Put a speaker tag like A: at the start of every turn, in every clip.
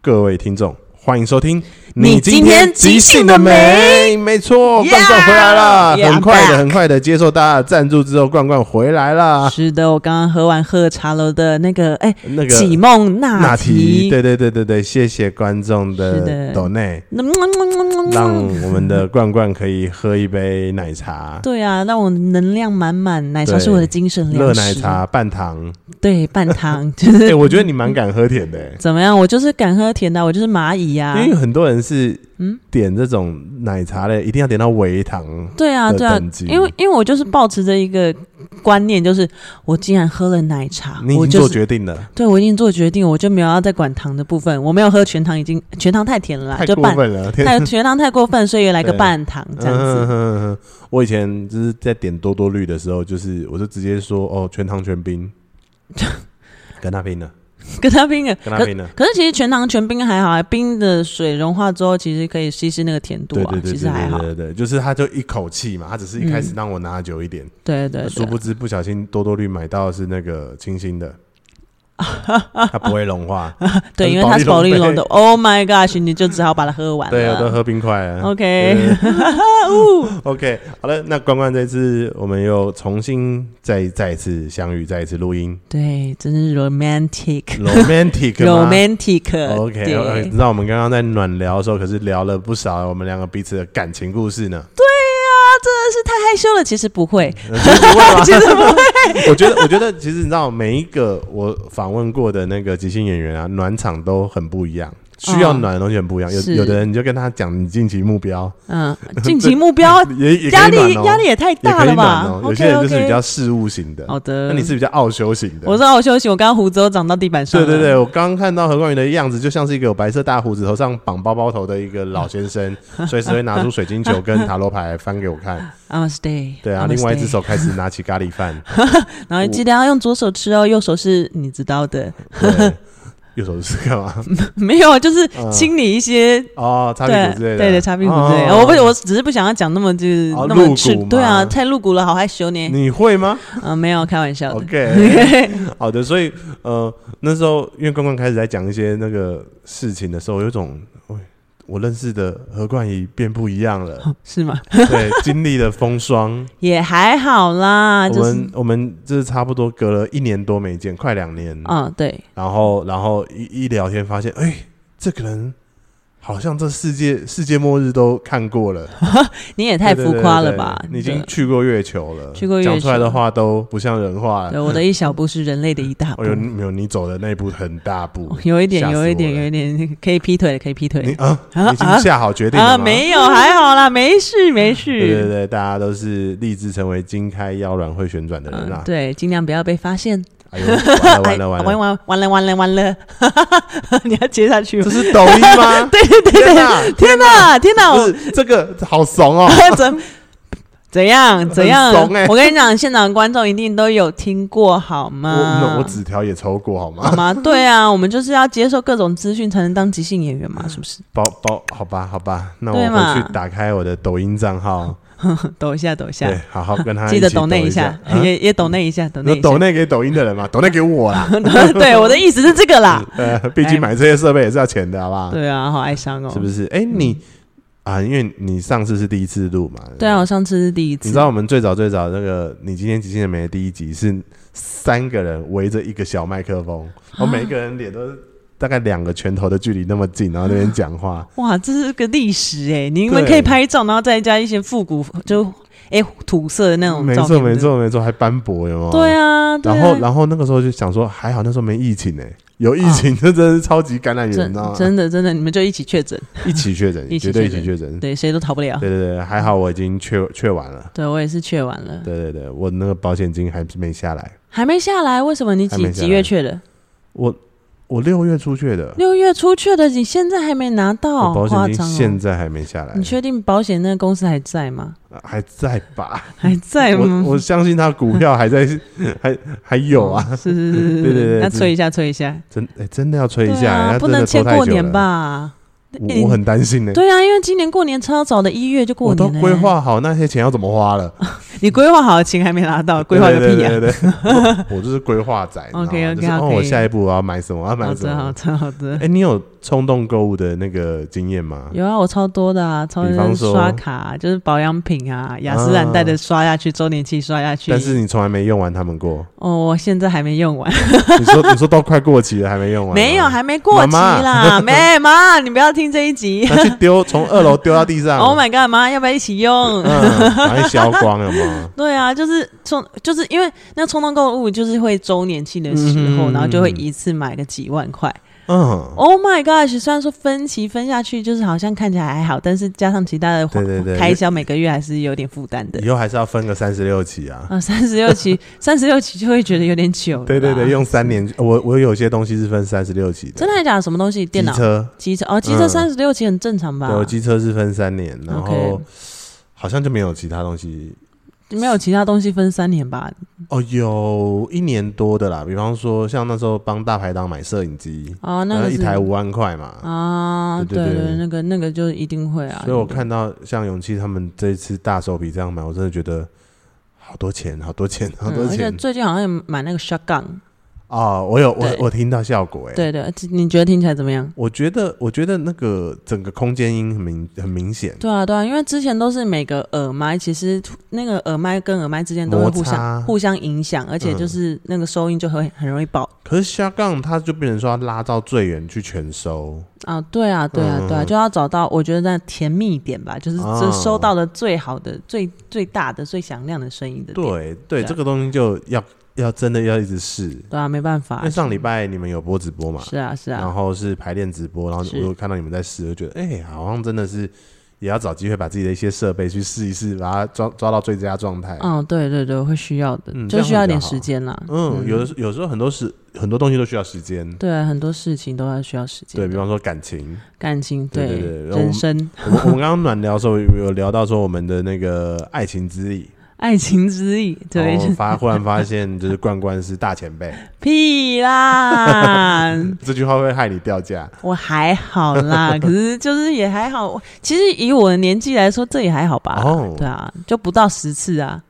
A: 各位听众，欢迎收听。
B: 你今天即兴了没？
A: 没错，
B: Yeah！
A: 罐罐回来了
B: Yeah，
A: 很快
B: back
A: 的，很快的接受大家的赞助之后，罐罐回来了。
B: 是的，我刚刚喝完喝茶楼的那个，哎、
A: 那个
B: 启梦纳
A: 那题，
B: 提，
A: 对对对对对，谢谢观众
B: 是
A: 的
B: 的
A: 抖内，
B: 那么
A: 让我们的罐罐可以喝一杯奶茶，
B: 对啊，让我能量满满，奶茶
A: 对
B: 是我的精神粮
A: 热
B: 食。
A: 奶，茶半糖。
B: 嗯对，半糖就是
A: 哎，我觉得你蛮敢喝甜的欸，
B: 怎么样？我就是敢喝甜的，我就是蚂蚁啊呀、
A: 因为很多人是
B: 嗯
A: 点这种奶茶类，一定要点到微糖。
B: 对啊，
A: 的
B: 对啊
A: 等级，
B: 因为因为我就是抱持着一个观念，就是我既然喝了奶茶，
A: 你
B: 我
A: 已经
B: 就
A: 做
B: 是
A: 决定了，
B: 对我已经做决定，我就没有要再管糖的部分，我没有喝全糖，已经全糖太甜了啦，
A: 太
B: 啊就
A: 过
B: 半
A: 分 了，天
B: 太全糖太过分，所以来个
A: 对
B: 半糖 这样子
A: 嗯。哼哼哼 我以前就是在点多多绿的时候，就是我就直接说哦，全糖全 冰，跟他拼了，
B: 跟他冰的，
A: 跟他
B: 可
A: 拼了。
B: 可是其实全糖全冰还好啊，冰的水融化之后，其实可以稀释那个甜度
A: 对
B: 啊，
A: 对对
B: 其
A: 对
B: 实还
A: 对
B: 好。
A: 对对，就是他就一口气嘛，他只是一开始让我拿久一点，
B: 对对
A: 殊
B: 对，
A: 不知不小心多多绿买到的是那个清新 的，它不会融化。
B: 对，因为它是保利 龙的。Oh my gosh！你就只好把它喝完
A: 对，我啊都
B: 了。
A: 喝冰块了。
B: OK，
A: 对 OK，好了，那关关这次我们又重新再再一次相遇，再一次录 音
B: 对，真是 romantic。
A: ，romantic 吗
B: romantic，
A: 嗯 OK，呃你
B: 对
A: 知道我们刚刚在暖聊的时候，可是聊了不少我们两个彼此的感情故事 呢。
B: 啊，真的是太害羞了。其实 不会，
A: 呃其实不 会
B: 其实不会，
A: 我觉得，我觉得其实你知道，每一个我访问过的那个即兴演员啊，暖场都很不一样，需要
B: 哦
A: 暖的东西很不一样。有
B: 是
A: 有的人你就跟他讲你近期目标，
B: 嗯，近期目标
A: 也也可
B: 压
A: 以暖
B: 力
A: 哦，
B: 压力也太
A: 也
B: 大
A: 可以
B: 了
A: 暖
B: 吧
A: 哦。有些
B: ？OK
A: 人就是比较
B: OK，
A: 事务型的，
B: 好的。
A: 那你是比较傲羞型的。
B: 我知道我休息，我刚刚胡子都长到地板上
A: 对
B: 了。
A: 对对，我刚刚看到何冠宇的样子，就像是一个有白色大胡子、头上绑包包头的一个老先 生，随时会拿出水晶球跟塔罗牌翻给我看。
B: i m a stay。
A: 对啊，
B: I'ma
A: 另外一
B: stay
A: 只手开始拿起咖喱饭，
B: 然后记得要用左手吃哦，右手是你知道的，
A: 对右手是干嘛？
B: 没有，啊就是
A: 嗯
B: 清理一些、
A: 哦，擦屁
B: 对
A: 股之类的，
B: 对的擦屁股之类的。
A: 哦
B: 我不，我只是不想要讲那么就是、
A: 哦
B: 那么
A: 露
B: 赤
A: 骨，嘛
B: 对啊，太露骨了，好害羞呢。
A: 你会 吗
B: 嗯、没有开玩笑的。
A: ？OK，好的，所以呃，那时候因为关关开始在讲一些那个事情的时候，有一种，喂我认识的何冠宇变不一样 了，
B: 是吗？
A: 对，经历了风 霜，
B: 也还好啦，
A: 我
B: 啊就是
A: 们我们这差不多隔了一年多没见，快两年，
B: 嗯，对，
A: 然后然后一一聊天发现，哎，这个人好像这世界世界末日都看过了。
B: 你也太
A: 对
B: 浮夸了吧？
A: 对对对对你已
B: 真
A: 经
B: 的
A: 去过月球了，
B: 去过月球
A: 讲出来的话都不像人话
B: 对。我的一小步是人类的一大步
A: 哦，，有没有？你走的那一步很大步，
B: 有一点，
A: 吓死我
B: 有一点，
A: 了
B: 有一点可以劈腿，可以劈
A: 你
B: 腿
A: 啊，
B: 啊
A: 你已经下好决定了
B: 啊，
A: 吗？
B: 没有，还好啦，没事，没
A: 对对
B: 事。
A: 对，大家都是立志成为金开腰软会旋转的人
B: 嗯
A: 啊，！
B: 对，尽量不要被发现。
A: 哎呦，完了
B: 哎
A: 完了完了，
B: 完完了完了完了！ 你要接下 去
A: 这
B: 吗？
A: 是抖音吗？
B: 对对对
A: 天
B: 对！
A: 哪，
B: 天哪天哪！
A: 不
B: 我
A: 是这个好怂哦！
B: 怎怎样怎样
A: 很怂欸？
B: 我跟你讲，现场的观众一定都有听过好
A: 我
B: 吗
A: 那我？纸条也抽过好吗
B: 好？吗？对啊，我们就是要接受各种资讯才能当即兴演员
A: 嗯
B: 嘛，是不 是？
A: 包包好吧好吧，那我
B: 对嘛
A: 回去打开我的抖音账号，
B: 抖一下，抖一下
A: 对，，好好跟他
B: 记
A: 一
B: 得
A: 起
B: 抖那
A: 一
B: 一下，
A: 啊
B: 也也抖那一下，抖那
A: 那
B: 一
A: 抖
B: 下。
A: 内给抖音的人 嘛，抖内给我啦。
B: 对，我的意思是这个啦。
A: 呃，毕竟买这些设备也是要钱的，好不好？
B: 对啊，好哀伤哦
A: 嗯是。不是？哎、你啊，因为你上次是第一次录嘛，
B: 对啊，我上次是第一次
A: 你知，道我们最早最早那个你今天即兴的美的第一集是三个人围着一个小麦克
B: 啊
A: 风，我、每一个人脸都大概两个拳头的距离那么近，然后那边讲话。
B: 哇，这是个历史哎、你们
A: 对
B: 可以拍照，然后再加一些复古，就哎、土色 的那种
A: 没
B: 照
A: 错
B: 片。
A: 没。错没错，还斑驳有没有？
B: 对啊，对啊
A: 然后然后那个时候就想说，还好那时候没疫情呢、有疫情，这真的是超级感染源，你知道
B: 啊真
A: 吗？
B: 真的真的，你们就一起确诊，
A: 一起确诊，
B: 一起
A: 绝对一
B: 确诊
A: 起确诊。
B: 对，谁都逃不了。
A: 对对对，还好我已经确确完了。
B: 对我也是确完了，
A: 对对对，我那个保险金还没下来，
B: 还没下来，为什么你
A: 还没
B: 几
A: 下来
B: 几月确的？
A: 我我六月出去的，
B: 六月初确的，你现在还没拿到，
A: 我保
B: 夸
A: 险金
B: 张
A: 现
B: 哦！
A: 在还没下来
B: 你，确定保险那个公司还在 吗？
A: 呃还在 吧？
B: 还在
A: 我
B: 吗？
A: 我相信他股票还在， 还还有啊，
B: 是是是是
A: 对对对
B: 是，那
A: 这
B: 催一下，催一下，
A: 真哎真的要催一
B: 对
A: 下，
B: 啊，
A: 他
B: 不
A: 真的
B: 能
A: 拖
B: 欠
A: 太
B: 过
A: 久
B: 年
A: 了，
B: 吧？哎
A: 我我很担心呢。
B: 对啊，因为今年过年超早的，一月就过
A: 我都
B: 年了、
A: 规，划好那些钱要怎么花了，
B: 你规划好的钱还没拿到，规划个屁啊！
A: 对！对对对对我我就是规划仔你知道吗
B: OK，OK，
A: 就是哦，
B: OK
A: 我下一步我要买什么，我要买
B: 好
A: 什
B: 的，好
A: 么。
B: 的，好的。
A: 哎，你有冲动购物的那个经验吗？
B: 有啊，我超多的啊，超
A: 比方说
B: 刷卡啊、就是保养品啊，雅诗兰黛的刷下去，周年庆刷下去。
A: 但是你从来没用完他们过，
B: 哦，我现在还没用完，
A: 你说你说都快过期了还没用完吗，啊
B: 没有，还没过期啦， 没妈，你不要听这一 集。
A: 拿去丢，从二楼丢到地 上
B: Oh my god，妈，要不要一起用？
A: 嗯，把它消光了 嘛。
B: 对啊，就是冲，就是因为那冲动购物就是会周年庆的时
A: 嗯
B: 候，
A: 哼
B: 然后就会一次买个几万块。
A: 嗯，
B: Oh my gosh！虽然说分期分下去，就是好像看起来还好，但是加上其他的花
A: 对对对
B: 开销，每个月还是有点负担的。
A: 以后还是要分个三十六期啊。
B: 啊，三十六 期，三十六期就会觉得有点久了啦。
A: 对对对，用三年，我我有些东西是分三十六期的，
B: 啊真的还假的？什么东西？电脑
A: 机、车，
B: 机车哦，机车
A: 嗯
B: 三十六期很正常吧
A: 对，？我机车是分三年，然
B: OK
A: 后好像就没有其他东西
B: 没有其他东西分三年吧？
A: 哦，有一年多的啦，比方说像那时候帮大排档买摄影机，
B: 啊，那
A: 然后
B: 个
A: 呃一
B: 是
A: 台五万块嘛，
B: 啊，
A: 对对
B: 对
A: 对
B: 那个那个就一定会啊。
A: 所以我看到像勇气他们这一次大手笔这样买，我真的觉得好多钱，好多钱，好
B: 嗯，
A: 多
B: 而且
A: 钱
B: 最近好像也买那个 shotgun，
A: 啊！我有我
B: 对
A: 我听到效果哎，
B: 对对，你觉得听起来怎么样？
A: 我觉得我觉得那个整个空间音很明很明显，
B: 对啊，对啊，因为之前都是每个耳麦，其实那个耳麦跟耳麦之间都会
A: 摩
B: 互
A: 擦
B: 相互相影响，而且就是那个收音就会很容易爆、
A: 可是下杠它就变成说要拉到最远去全收，
B: 啊。对啊，对啊，对啊，
A: 嗯
B: 就要找到我觉得那甜蜜点吧，就是
A: 哦
B: 这收到的最好的、最最大的、最响亮的声音的
A: 对
B: 点。
A: 对，
B: 对啊
A: 这个东西就要要真的要一直试。
B: 对啊，没办法
A: 因为。上礼拜你们有播直播嘛，
B: 是啊，是啊
A: 然，后是排练直播，然后我
B: 是
A: 就看到你们在试，我就觉得哎、好像真的是也要找机会把自己的一些设备去试一试，把它抓抓到最佳状态。
B: 嗯，对对对，会需要的，
A: 嗯这
B: 就
A: 样会
B: 需要一
A: 比较
B: 点
A: 好
B: 时间啦。
A: 嗯，有的时有时候很多事很多东西都需要时间，
B: 对啊，很多事情都要需要时间
A: 对
B: 的。
A: 比方说感情，
B: 感情，
A: 对对对然后我们
B: 人生、
A: 我们我们刚刚暖聊的时候有有聊到说我们的那个爱情之力，
B: 爱情之意，对
A: 然，后发忽然发现就是冠冠是大前 辈，
B: 屁啦！
A: 这句话会害你掉价。
B: 我还好 啦，可是就是也还好。我其实以我的年纪来说，这也还好吧。
A: 哦
B: 对啊，就不到十次啊。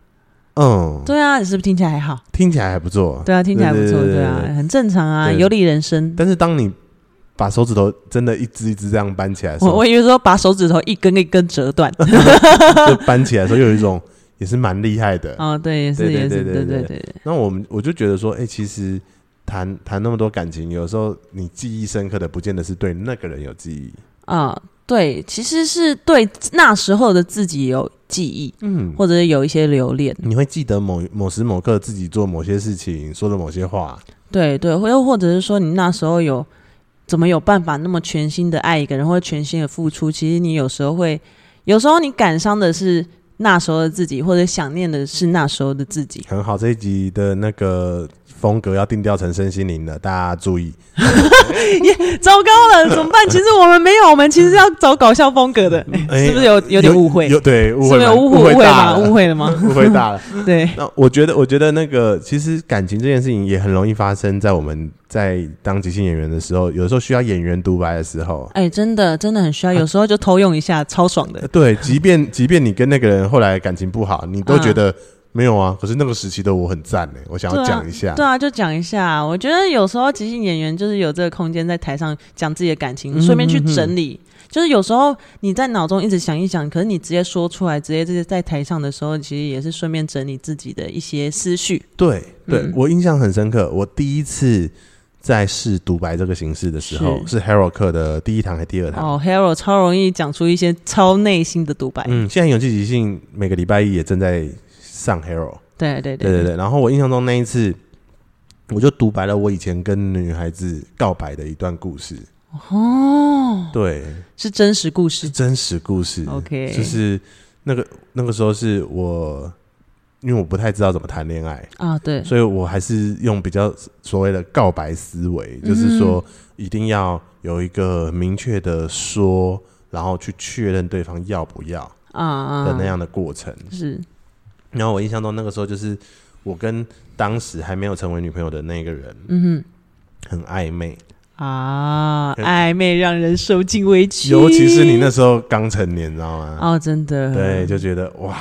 A: 嗯，
B: 对啊，你是不是听起来还好？
A: 听起来还不错。
B: 对啊，听起来不错。
A: 对对对
B: 对啊，很正常啊，
A: 对
B: 有理人生。
A: 但是当你把手指头真的一只一只这样扳起来的时
B: 我
A: 候，
B: 我以为说把手指头一根一根折 断。
A: 就扳起来的时候，又有一种也是蛮厉害的。
B: 哦，对，也是
A: 对对
B: 也是，
A: 对
B: 对
A: 对
B: 对对。
A: 那我们我就觉得说，哎、其实谈谈那么多感情，有时候你记忆深刻的，不见得是对那个人有记忆。
B: 啊，对，其实是对那时候的自己有记忆，
A: 嗯，
B: 或者是有一些留恋。
A: 你会记得某某时某刻自己做某些事情，说了某些话。
B: 对对，或又或者是说你那时候有怎么有办法那么全心的爱一个人，或者全心的付出？其实你有时候会，有时候你感伤的是那时候的自己，或者想念的是那时候的 自己。
A: 很好，这一集的那个风格要定调成身心灵了，大家注意。
B: 糟糕了，怎么办？其实我们没有，我们其实要走搞笑风格的，
A: 哎
B: 是不是有有点误会？
A: 有对误
B: 是不
A: 会
B: 是
A: 蛮，
B: 有误
A: 会
B: 误会
A: 大
B: 吗？
A: 了
B: 误会了吗？
A: 误会大了。
B: 对，
A: 那我觉得，我觉得那个其实感情这件事情也很容易发生在我们在当即兴演员的时候，有的时候需要演员独白的时候。
B: 哎，真的真的很需要，有时候就偷用一下，超爽的
A: 呃。对，即便即便你跟那个人后来感情不好，你都觉得、没有啊。可是那个时期的我很赞呢，我想要
B: 对啊
A: 讲一下。
B: 对啊，就讲一下。我觉得有时候即兴演员就是有这个空间在台上讲自己的感情，
A: 嗯
B: 顺便去
A: 嗯嗯
B: 整理。就是有时候你在脑中一直想一想，可是你直接说出来，直接就是在台上的时候，其实也是顺便整理自己的一些思绪。
A: 对对
B: 嗯
A: 我印象很深刻。我第一次在试独白这个形式的时候，是 Harold 课的第一堂还是第二堂？
B: 哦，Hero 超容易讲出一些超内心的独白。
A: 嗯，现在勇气即兴每个礼拜一也正在上 Harold。
B: 对对
A: 对对对，然后我印象中那一次，我就独白了我以前跟女孩子告白的一段故事，
B: 哦，
A: 对，
B: 是真实故
A: 是
B: 事。
A: 真实故事。
B: OK
A: 就是那个那个时候是我，因为我不太知道怎么谈恋爱，
B: 啊，对，
A: 所以我还是用比较所谓的告白思维，
B: 嗯
A: 就是说一定要有一个明确的说，然后去确认对方要不要
B: 啊啊，
A: 的那样的过程。
B: 是
A: 然后我印象中那个时候就是我跟当时还没有成为女朋友的那个人，
B: 嗯
A: 很暧昧，
B: 哼啊，暧昧让人受尽委屈，
A: 尤其是你那时候刚成年，你知道吗？
B: 哦，嗯真的
A: 对，就觉得哇，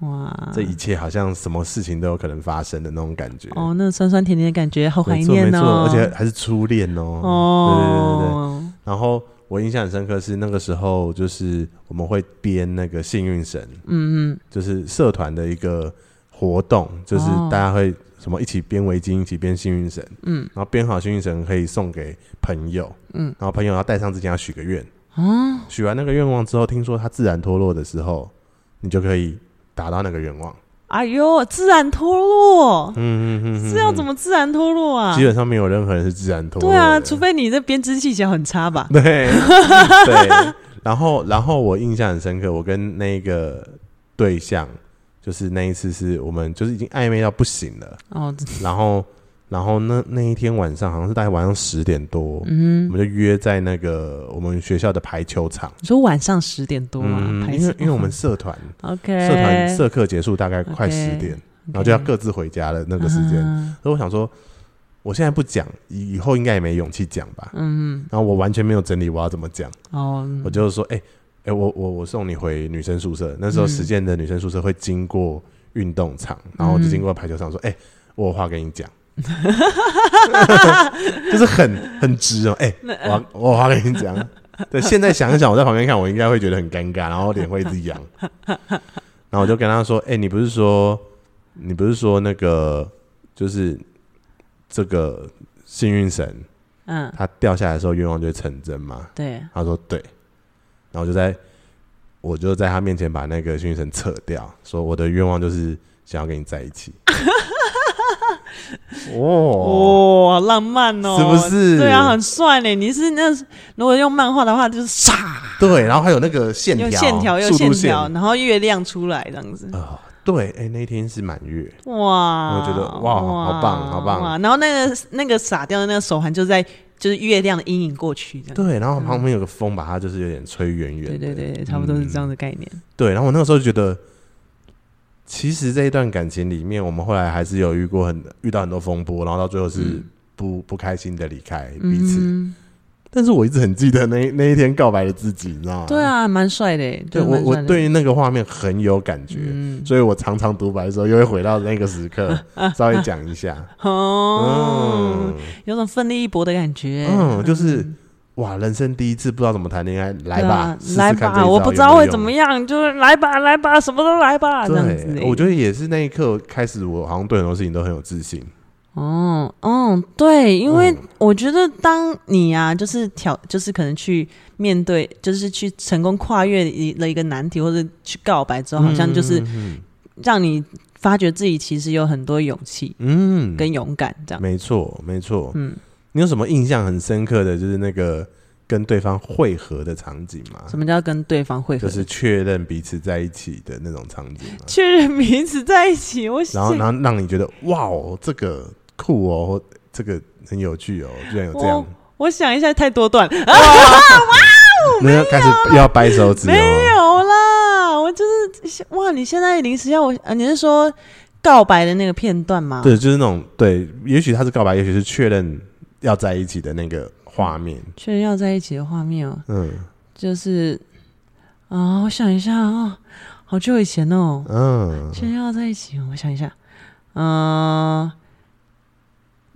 B: 哇，
A: 这一切好像什么事情都有可能发生的那种感觉。
B: 哦哦，那酸酸甜甜的感觉，好怀
A: 没错
B: 念
A: 没错，
B: 哦。
A: 而且还是初恋哦。
B: 哦，
A: 然后我印象很深刻是那个时候，就是我们会编那个幸运绳，
B: 嗯嗯，
A: 就是社团的一个活动，就是
B: 哦
A: 大家会什么一起编围巾，一起编幸运绳，
B: 嗯，
A: 然后编好幸运绳可以送给朋友，
B: 嗯，
A: 然后朋友要带上之前要许个愿，
B: 哦，
A: 许完那个愿望之后，听说它自然脱落的时候，你就可以达到那个愿望。
B: 哎呦，自然脱落，
A: 嗯嗯嗯嗯，
B: 这要怎么自然脱落啊
A: 基？本上没有任何人是自然脱落
B: 对
A: 的。
B: 啊，除非你这编织技巧很差吧？
A: 对对。然后，然后我印象很深刻，我跟那个对象，就是那一次是我们就是已经暧昧到不行了，
B: 哦，
A: 然后，然后那那一天晚上好像是大概晚上十点多，我
B: 嗯，
A: 们就约在那个我们学校的排球场。
B: 你说晚上十点多吗？
A: 嗯，
B: 排
A: 因为
B: 什么
A: 因为我们社团
B: OK
A: 社团社课结束大概快十
B: OK
A: 点，然后就要各自回家了那个时间。
B: 嗯
A: 所以我想说，我现在不讲，以以后应该也没勇气讲吧。
B: 嗯，
A: 然后我完全没有整理我要怎么讲，
B: 哦，
A: 我就说，哎、哎、我我我送你回女生宿舍。那时候
B: 嗯
A: 实践的女生宿舍会经过运动场，然后我就经过排球场，说，哎、我有话跟你讲，就是很很直哦、哎、我要我有话跟你讲。对，现在想一想，我在旁边看，我应该会觉得很尴尬，然后脸会一直扬。然后我就跟他说，哎、你不是说你不是说那个就是这个幸运绳
B: 嗯，
A: 它掉下来的时候愿望就会成真吗？
B: 对，
A: 他说对，然后我就在我就在他面前把那个幸运绳扯掉，说我的愿望就是想要跟你在一起。哦，
B: 哇、好浪漫哦，
A: 是不是
B: 对啊，很帅嘞！你是那如果用漫画的话，就是唰，
A: 对，然后还有那个线条，
B: 用线条又
A: 速
B: 线
A: 度
B: 条，
A: 啊、
B: 然后月亮出来这样子，
A: 对，哎、那一天是满月，
B: 哇！
A: 我觉得哇好棒好棒
B: 哇！然后那个那个撒掉的那个手环就在就是月亮的阴影过去，这样
A: 对，然后旁边有个风把它就是有点吹圆圆的，
B: 对对对对，差不多是这样的概念。
A: 对，然后我那个时候就觉得。其实这一段感情里面，我们后来还是有遇过很遇到很多风波，然后到最后是不、不开心的离开彼此。
B: 嗯，
A: 但是我一直很记得那那一天告白的自己，你知道吗？
B: 对，啊，蛮帅的耶，
A: 对我
B: 真的蛮帅
A: 我
B: 的
A: 对于那个画面很有感觉，
B: 嗯
A: 所以我常常独白的时候又会回到那个时刻， 稍微讲一下。
B: 哦
A: 嗯，
B: 有种奋力一搏的感觉。
A: 嗯，就是哇，人生第一次不知道怎么谈恋爱，来
B: 对啊
A: 吧，试试
B: 来
A: 看这一
B: 吧，
A: 招
B: 我不知道
A: 有没有
B: 会
A: 用
B: 怎么。样，就是来吧，来吧，什么都来吧，这样子欸的。
A: 对，我觉得也是那一刻开始，我好像对很多事情都很有自信。
B: 哦，哦，对，因为
A: 嗯
B: 我觉得当你啊，就是挑，就是可能去面对，就是去成功跨越一了一个难题，或者去告白之后，好像就是
A: 嗯嗯
B: 让你发觉自己其实有很多勇气
A: 嗯，
B: 跟勇敢，这样。
A: 没错没错。
B: 嗯，
A: 你有什么印象很深刻的就是那个跟对方会合的场景吗？
B: 什么叫跟对方会 合？
A: 就是确认彼此在一起的那种场景 嘛。
B: 确认彼此在一起。我
A: 然后，
B: 现
A: 然后让你觉得哇哦，这个酷哦，或这个很有趣哦，居然有这样
B: 我，我想一下，太多段啊，
A: 没有开始要掰手指
B: 没
A: 哦。
B: 有啦，我就是哇，你现在临时要我，呃、你是说告白的那个片段吗？
A: 对，就是那种对，也许他是告白，也许是确认要在一起的那个画面。
B: 确认要在一起的画面哦，
A: 嗯
B: 就是啊、我想一下啊、哦，好久以前哦，
A: 嗯，
B: 确认要在一起哦，我想一下，嗯、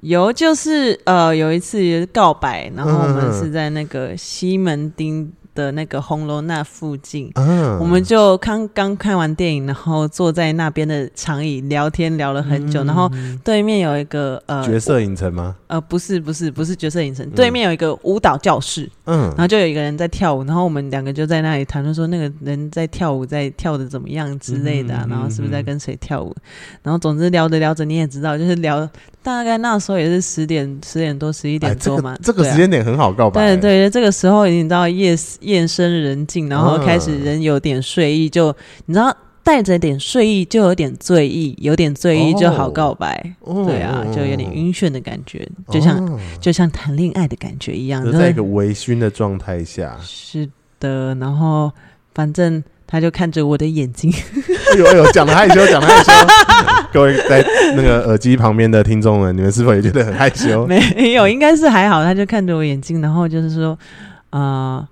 B: 有就是呃，有一次也是告白，然后我
A: 嗯嗯
B: 们
A: 嗯
B: 是在那个西门町的那个红楼那附近，
A: 嗯
B: 我们就刚刚看完电影，然后坐在那边的长椅聊天，聊了很久。然后对面有一个呃
A: 嗯角色嗯影城吗？
B: 呃，不是不是不是角色影城，对面有一个舞蹈教室，
A: 嗯
B: 然后就有一个人在跳舞，然后我们两个就在那里谈论说那个人在跳舞，在跳的怎么样之类的啊、
A: 嗯嗯嗯
B: 然后是不是在跟谁跳舞？然后总之聊着聊着，你也知道，就是聊大概那时候也是十点十点多十一
A: 哎，
B: 点
A: 这
B: 多嘛
A: 个，这个
B: 对啊
A: 时间点很好告白。
B: 对对，这个时候已经到夜夜深人静，然后开始
A: 嗯
B: 人有点睡意，就你知道带着点睡意就有点醉意，有点醉意就好
A: 哦
B: 告白。
A: 哦，
B: 对啊，就有点晕眩的感觉，就像、
A: 哦
B: 就像谈恋爱的感觉一样。
A: 就
B: 就
A: 在
B: 会
A: 一个微醺的状态下。
B: 是的，然后反正他就看着我的眼睛，
A: 哎呦哎呦，讲的害羞，讲 的害羞。各位在那个耳机旁边的听众们，你们是否也觉得很害羞？
B: 没有，应该是还好，他就看着我眼睛，然后就是说，啊、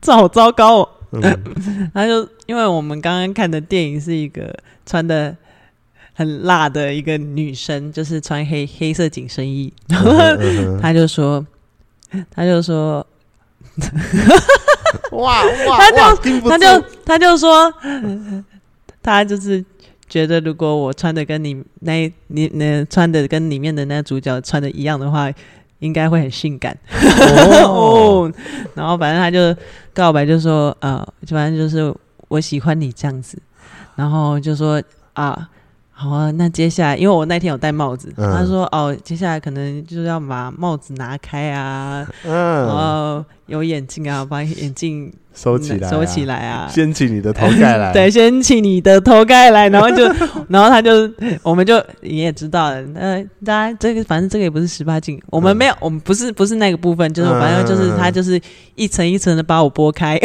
B: 这好 糟糕哦。
A: 嗯，
B: 他就因为我们刚刚看的电影是一个穿的很辣的一个女生，就是穿黑黑色紧身衣，然后
A: 嗯嗯嗯
B: 他就说：“他就说，
A: 哇哇
B: 他就
A: 哇，听不
B: 他
A: 住
B: 就他就说，他就是觉得如果我穿的跟你那你那穿的跟里面的那主角穿的一样的话，应该会很性感。
A: 哦，
B: 哦，然后反正他就告白就说，呃，反正就是我喜欢你这样子，然后就说啊，好啊，那接下来因为我那天有戴帽子，
A: 嗯
B: 他说哦，接下来可能就是要把帽子拿开啊，然
A: 嗯，
B: 后有眼镜啊，把眼镜
A: 收起来，
B: 收起，来啊。
A: 掀起你的头盖来，
B: 对，，掀起你的头盖来，然后就， 然后他就，我们就你也知道了，呃，大家这个反正这个也不是十八禁，我们
A: 嗯
B: 没有，我们不是不是那个部分，就是
A: 嗯
B: 反正就
A: 嗯
B: 是
A: 嗯啊
B: 他就是一层一层的把我剥开，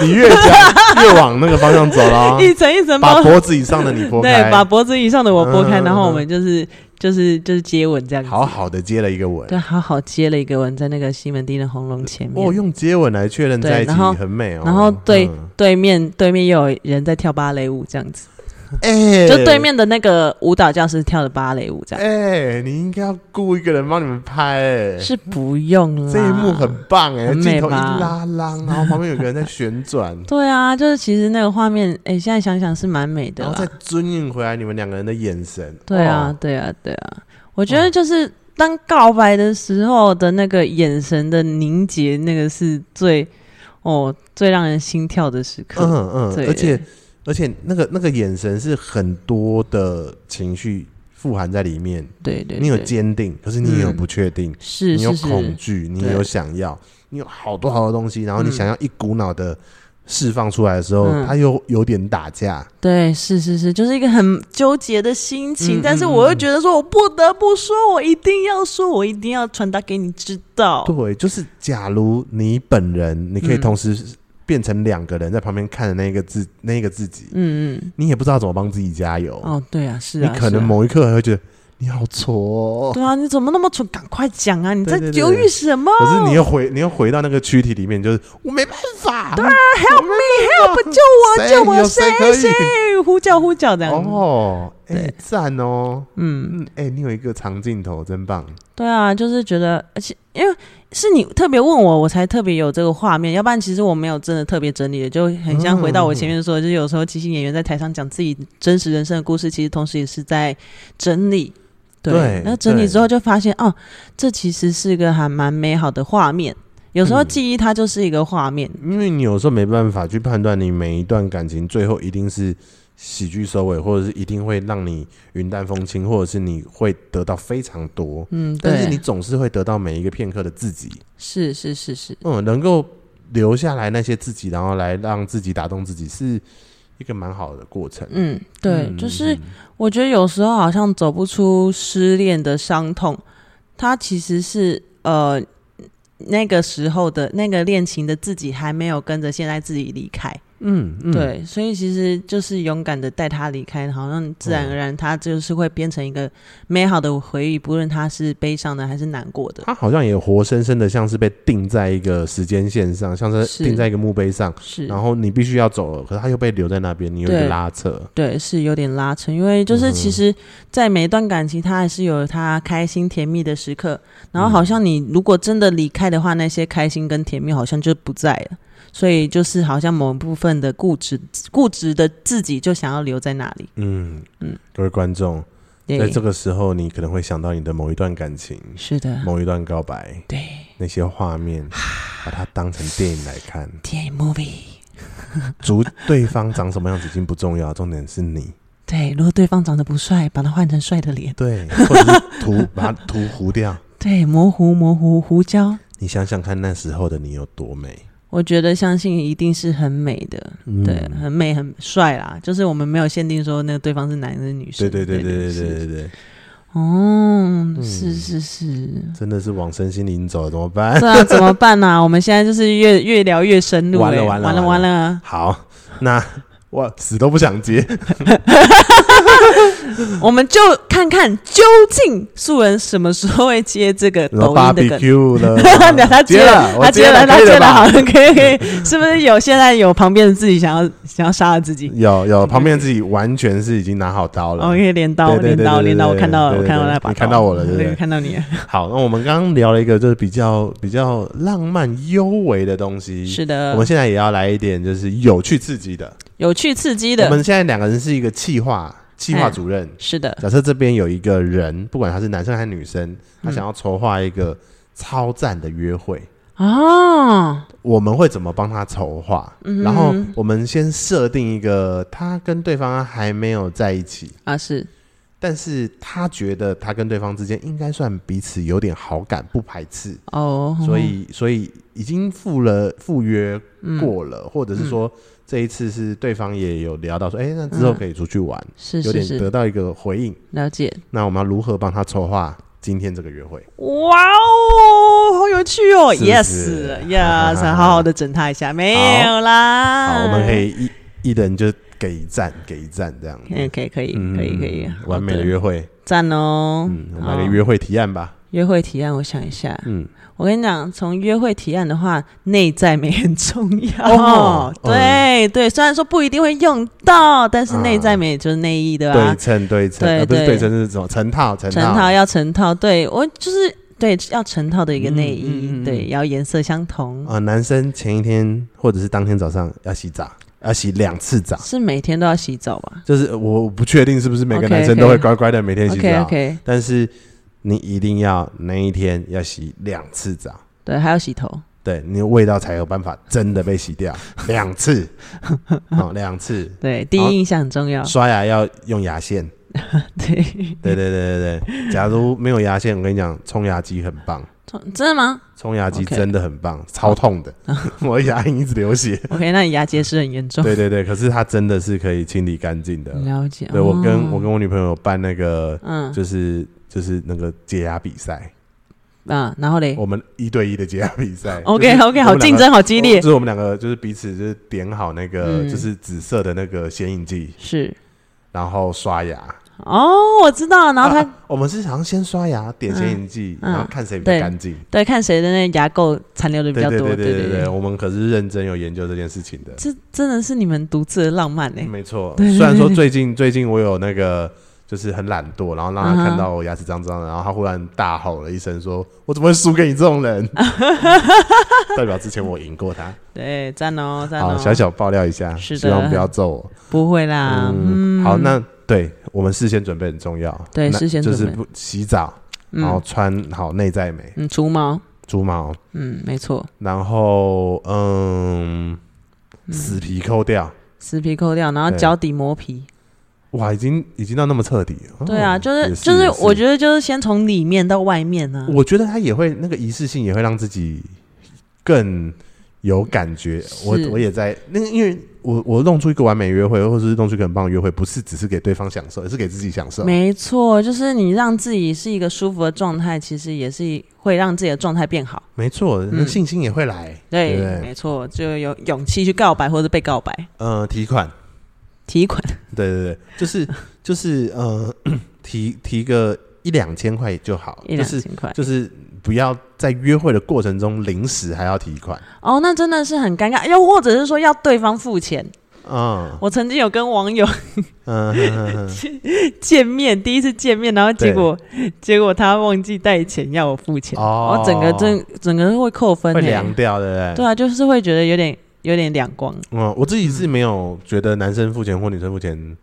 A: 你越你越讲越往那个方向走了， 哦
B: 一层一层
A: 把
B: 剥，
A: 脖子以上的你拨
B: 对，
A: 开，
B: 把脖子以上的我剥
A: 嗯
B: 开，
A: 嗯嗯
B: 然后我们就是就是就是接吻这样子，
A: 好好的接了一个吻，
B: 对，好好接了一个吻在那个西门町的红龙前面，
A: 哦，用接吻来确认在一起
B: 对然后
A: 很美哦，
B: 然后对、
A: 嗯
B: 对面对面又有人在跳芭蕾舞这样子，
A: 哎，
B: 就对。面的那个舞蹈教室跳的芭蕾舞这样。
A: 哎、你应该要雇一个人帮你们拍、哎，
B: 是不用啦。
A: 这一幕很棒哎、
B: 很美
A: 镜头一
B: 吧，
A: 拉拉，然后旁边有个人在旋转
B: 对啊，就是其实那个画面，哎、现在想想是蛮美的
A: 然后再
B: 啦。
A: 尊映回来你们两个人的眼神。
B: 啊对
A: 哦，
B: 啊，
A: 嗯
B: 对啊，对啊，我觉得就是当告白的时候的那个眼神的凝结，那个是最哦最让人心跳的时刻。
A: 嗯嗯，
B: 对
A: 而且而且那个那个眼神是很多的情绪富含在里面，
B: 对对对，
A: 你有坚定，可是你也有
B: 嗯
A: 不确定，
B: 是
A: 你有
B: 是
A: 恐
B: 是，
A: 惧，你
B: 对
A: 有想要，你有好多好多东西，然后你
B: 嗯
A: 想要一股脑的释放出来的时候，
B: 嗯
A: 它又有点打架。
B: 对是是是，就是一个很纠结的心情，
A: 嗯
B: 但是
A: 嗯
B: 我又
A: 嗯
B: 觉得说我不得不说，我一定要说，我一定要传达给你知道。
A: 对，就是假如你本人，你可以
B: 嗯
A: 同时变成两个人在旁边看的那个自那个自己，
B: 嗯嗯，
A: 你也不知道怎么帮自己加油。
B: 哦对啊，是啊，
A: 你可
B: 是
A: 能
B: 啊
A: 某一刻还会觉得你好挫、哦，
B: 对啊，你怎么那么蠢？赶快讲啊！你在
A: 对对对
B: 犹豫什么
A: 可是你又回你又回到那个躯体里面，就是我没办法。对啊
B: ？Help me, help！救我，
A: 谁
B: 救我！
A: 有谁可
B: 谁
A: 以
B: 谁呼叫呼叫这样？
A: 哦，哎
B: 对，
A: 赞哦，
B: 嗯，
A: 嗯，哎，你有一个长镜头，真棒。
B: 对啊，就是觉得，而且因为是你特别问我，我才特别有这个画面，要不然其实我没有真的特别整理的，就很像回到我前面说，就是有时候即兴演员在台上讲自己真实人生的故事，其实同时也是在整理。
A: 对
B: 那整理
A: 对
B: 之后就发现，哦，这其实是个还蛮美好的画面。有时候
A: 嗯
B: 记忆它就是一个画面，
A: 因为你有时候没办法去判断你每一段感情最后一定是喜剧收尾，或者是一定会让你云淡风轻，或者是你会得到非常多，
B: 嗯，对。
A: 但是你总是会得到每一个片刻的自己，
B: 是是是是，
A: 嗯，能够留下来那些自己，然后来让自己打动自己，是一个蛮好的过程。
B: 嗯，对，
A: 嗯
B: 就是我觉得有时候好像走不出失恋的伤痛，它其实是呃那个时候的那个恋情的自己还没有跟着现在自己离开，
A: 嗯，嗯，
B: 对，所以其实就是勇敢的带他离开，好像自
A: 嗯
B: 然而然他就是会变成一个美好的回忆，不论他是悲伤的还是难过的，
A: 他好像也活生生的像是被定在一个时间线上，像是
B: 是
A: 定在一个墓碑上，
B: 是。
A: 然后你必须要走了，可是他又被留在那边，你有一个
B: 对
A: 拉扯。
B: 对，是有点拉扯，因为
A: 嗯
B: 就是其实，在每一段感情，它还是有它开心甜蜜的时刻。然后好
A: 嗯
B: 像你如果真的离开的话，那些开心跟甜蜜好像就不在了。所以就是好像某部分的固执，固执的自己就想要留在那里。
A: 嗯
B: 嗯
A: 各位观众，在
B: 对，
A: 这个时候，你可能会想到你的某一段感情、
B: 是的，
A: 某一段告白，
B: 对
A: 那些画 面，把它当成电影来看。
B: 电影 movie。
A: 足对方长什么样子已经不重要，重点是你
B: 对，如果对方长得不帅，把他换成帅的脸。
A: 对，或者是涂把它涂糊掉。
B: 对，模糊模糊胡椒，
A: 你想想看，那时候的你有多美？
B: 我觉得相信一定是很美的。
A: 嗯
B: 对，很美很帅啦，就是我们没有限定说那个对方是男还是女生。
A: 对对对对对对
B: 是
A: 对嗯对，
B: 哦，是是是，
A: 真的是往身心灵走，怎么办？
B: 对啊，怎么办呢、我们现在就是越越聊越深入、欸，
A: 完了完了
B: 完了
A: 完
B: 完了
A: 好，那我死都不想接。
B: 我们就看看究竟素人什么时候会接这个
A: 然后
B: 抖音 的梗。啊
A: barbecue 了，
B: 他
A: 哦接了，我
B: 他接了，
A: 了，
B: 他
A: 可以
B: 接了，
A: 吧
B: 好了，可 以，可以，是不是有现在有旁边的自己想要想要杀了自己？
A: 有有，旁边自己完全是已经拿好刀了。
B: 哦，可以镰刀，
A: 对对
B: 镰
A: 对
B: 刀，
A: 对
B: 镰刀，我
A: 对
B: 看到了，
A: 对
B: 我
A: 对
B: 看到
A: 对
B: 那把刀，
A: 你看到我了对不对
B: 对，看到你了，
A: 好，那我们刚刚聊了一个就是比较比较浪漫幽微的东西，
B: 是
A: 嗯我们
B: 的，
A: 现在也要来一点就是有趣刺激的。
B: 有趣刺激
A: 我
B: 的，
A: 们现在两个人是一个企划企划
B: 嗯
A: 主任，
B: 是的，
A: 假设这边有一个人，不管他是男生还是女生，他
B: 嗯
A: 想要筹划一个超赞的约会，
B: 哦，
A: 我们会怎么帮他筹划？
B: 嗯哼
A: 然后我们先设定一个他跟对方还没有在一起，
B: 啊是，
A: 但是他觉得他跟对方之间应该算彼此有点好感，不排斥，
B: 哦，
A: 所以所以已经赴了赴约
B: 嗯
A: 过了，或者是说这一次是对方也有聊到说，哎、那之后
B: 嗯
A: 可以出去玩，
B: 是
A: 有
B: 是
A: 点
B: 是，
A: 得到一个回应。
B: 了解，
A: 那我们要如何帮他筹划今天这个约会？
B: 哇哦，好有趣哦
A: 是不是
B: ，yes，yes，好好的整他一下，没有啦，
A: 好，我们可以一一人就给一赞，给一赞这样。
B: 可嗯以，可以，可以，可以，可以
A: 嗯，完美的
B: 好
A: 约会。
B: 赞哦，
A: 嗯，我们来个
B: 好
A: 约会提案吧。
B: 约会提案，我想一下，
A: 嗯，
B: 我跟你讲，从约会提案的话，内在美很重要。
A: 哦
B: 对、对，虽然说不一定会用到，但是
A: 啊
B: 内在美就是内衣，对啊吧、
A: 对称对称，
B: 对
A: 呃不是
B: 对
A: 对称是什么？成套成
B: 成套要成套，对我就是对要成套的一个内衣，
A: 嗯嗯嗯嗯
B: 对，要颜色相同，
A: 啊，男生前一天或者是当天早上要洗澡，要洗两次澡。
B: 是每天都要洗澡吧
A: 就是我不确定是不是每个
B: OK，OK
A: 男生都会乖乖的每天洗
B: ？OK
A: 澡，
B: OK，
A: 但是你一定要那一天要洗两次澡，
B: 对，还要洗头，
A: 对你的味道才有办法真的被洗 掉两次，哦，两次。
B: 对，第
A: 好
B: 一印象很重要，
A: 刷牙要用牙线，
B: 对，
A: 对对对对对。假如没有牙线，我跟你讲，冲牙机很棒，
B: 真的吗
A: 冲牙机
B: OK
A: 真的很棒，超痛的， 我牙龈一直流 血。
B: ？OK，那你牙结石很严重，
A: 对对对，可是它真的是可以清理干净的。
B: 了解。
A: 对我跟我
B: 哦
A: 跟我女朋友办那个
B: 嗯
A: 就是就是那个解压比赛，
B: 啊，然后嘞
A: 我们一对一的解压比赛。
B: ，OK
A: 哦就是我
B: OK，
A: 们
B: 好
A: 两个
B: 竞争，好激烈
A: 哦就，是我们两个就是彼此就是点好那个
B: 嗯
A: 就是紫色的那个显影剂，
B: 是。
A: 然后刷牙。
B: 哦，我知道。然后他、
A: 啊我们是好像先刷牙，点显影剂，
B: 嗯
A: 然后看谁比较
B: 对
A: 干净。
B: 对看谁的那牙垢残留的比
A: 对
B: 较
A: 对
B: 多，
A: 对对
B: 对
A: 对，我们可是认真有研究这件事情的。
B: 这真的是你们独自的浪漫欸呢、
A: 没错，
B: 对对
A: 虽然说
B: 对对
A: 最近最近我有那个就是很懒惰，然后让
B: 嗯
A: 他
B: 哼
A: 看到我牙齿脏脏的，然后他忽然大吼了一声说：“我怎么会输给你这种人？” 代表之前我赢过他。
B: 对，赞哦，赞
A: 好，
B: 哦，
A: 小小爆料一下，
B: 是的
A: 希望不要揍我。
B: 不会啦，嗯，
A: 啊好，那对我们事先准备很重要。
B: 对
A: 那
B: 事先
A: 就是
B: 准备
A: 不洗澡，然后
B: 嗯
A: 穿好内在美、
B: 嗯，除毛，
A: 猪毛，
B: 嗯，没错，
A: 然后嗯，死皮
B: 嗯
A: 抠掉。
B: 死皮抠掉，然后
A: 对
B: 脚底磨皮。
A: 哇，已经已经到那么彻底了。
B: 对啊，
A: 哦
B: 就是
A: 也
B: 就是
A: 也，
B: 我觉得就是先从里面到外面啊呢、
A: 我觉得他也会那个仪式性也会让自己更有感觉。我
B: 是
A: 我也在那个，因为我我弄出一个完美约会，或者是弄出一个很棒的约会，不是只是给对方享受，而是给自己享受。
B: 没错，就是你让自己是一个舒服的状态，其实也是会让自己的状态变好。
A: 没错，那
B: 嗯
A: 信心也会来。
B: 对，
A: 对不对
B: 没错，就有勇气去告白或者被告白，
A: 呃，提款，
B: 提款。
A: 对对对，就是就是呃， 提提个一两千块就好，
B: 一
A: 就
B: 两
A: 是
B: 千块
A: 就是不要在约会的过程中临时还要提款。
B: 哦，那真的是很尴尬，又或者是说要对方付钱。
A: 嗯
B: 我曾经有跟网友
A: 嗯哼哼哼
B: 见面，第一次见面，然后结
A: 对
B: 果结果他忘记带钱要我付钱，
A: 哦
B: 我整个整整个会扣分、
A: 会
B: 欸
A: 凉，掉，对不对？
B: 对啊，就是会觉得有点有点两光，
A: 嗯，我自己是没有觉得男生付钱或女生付钱，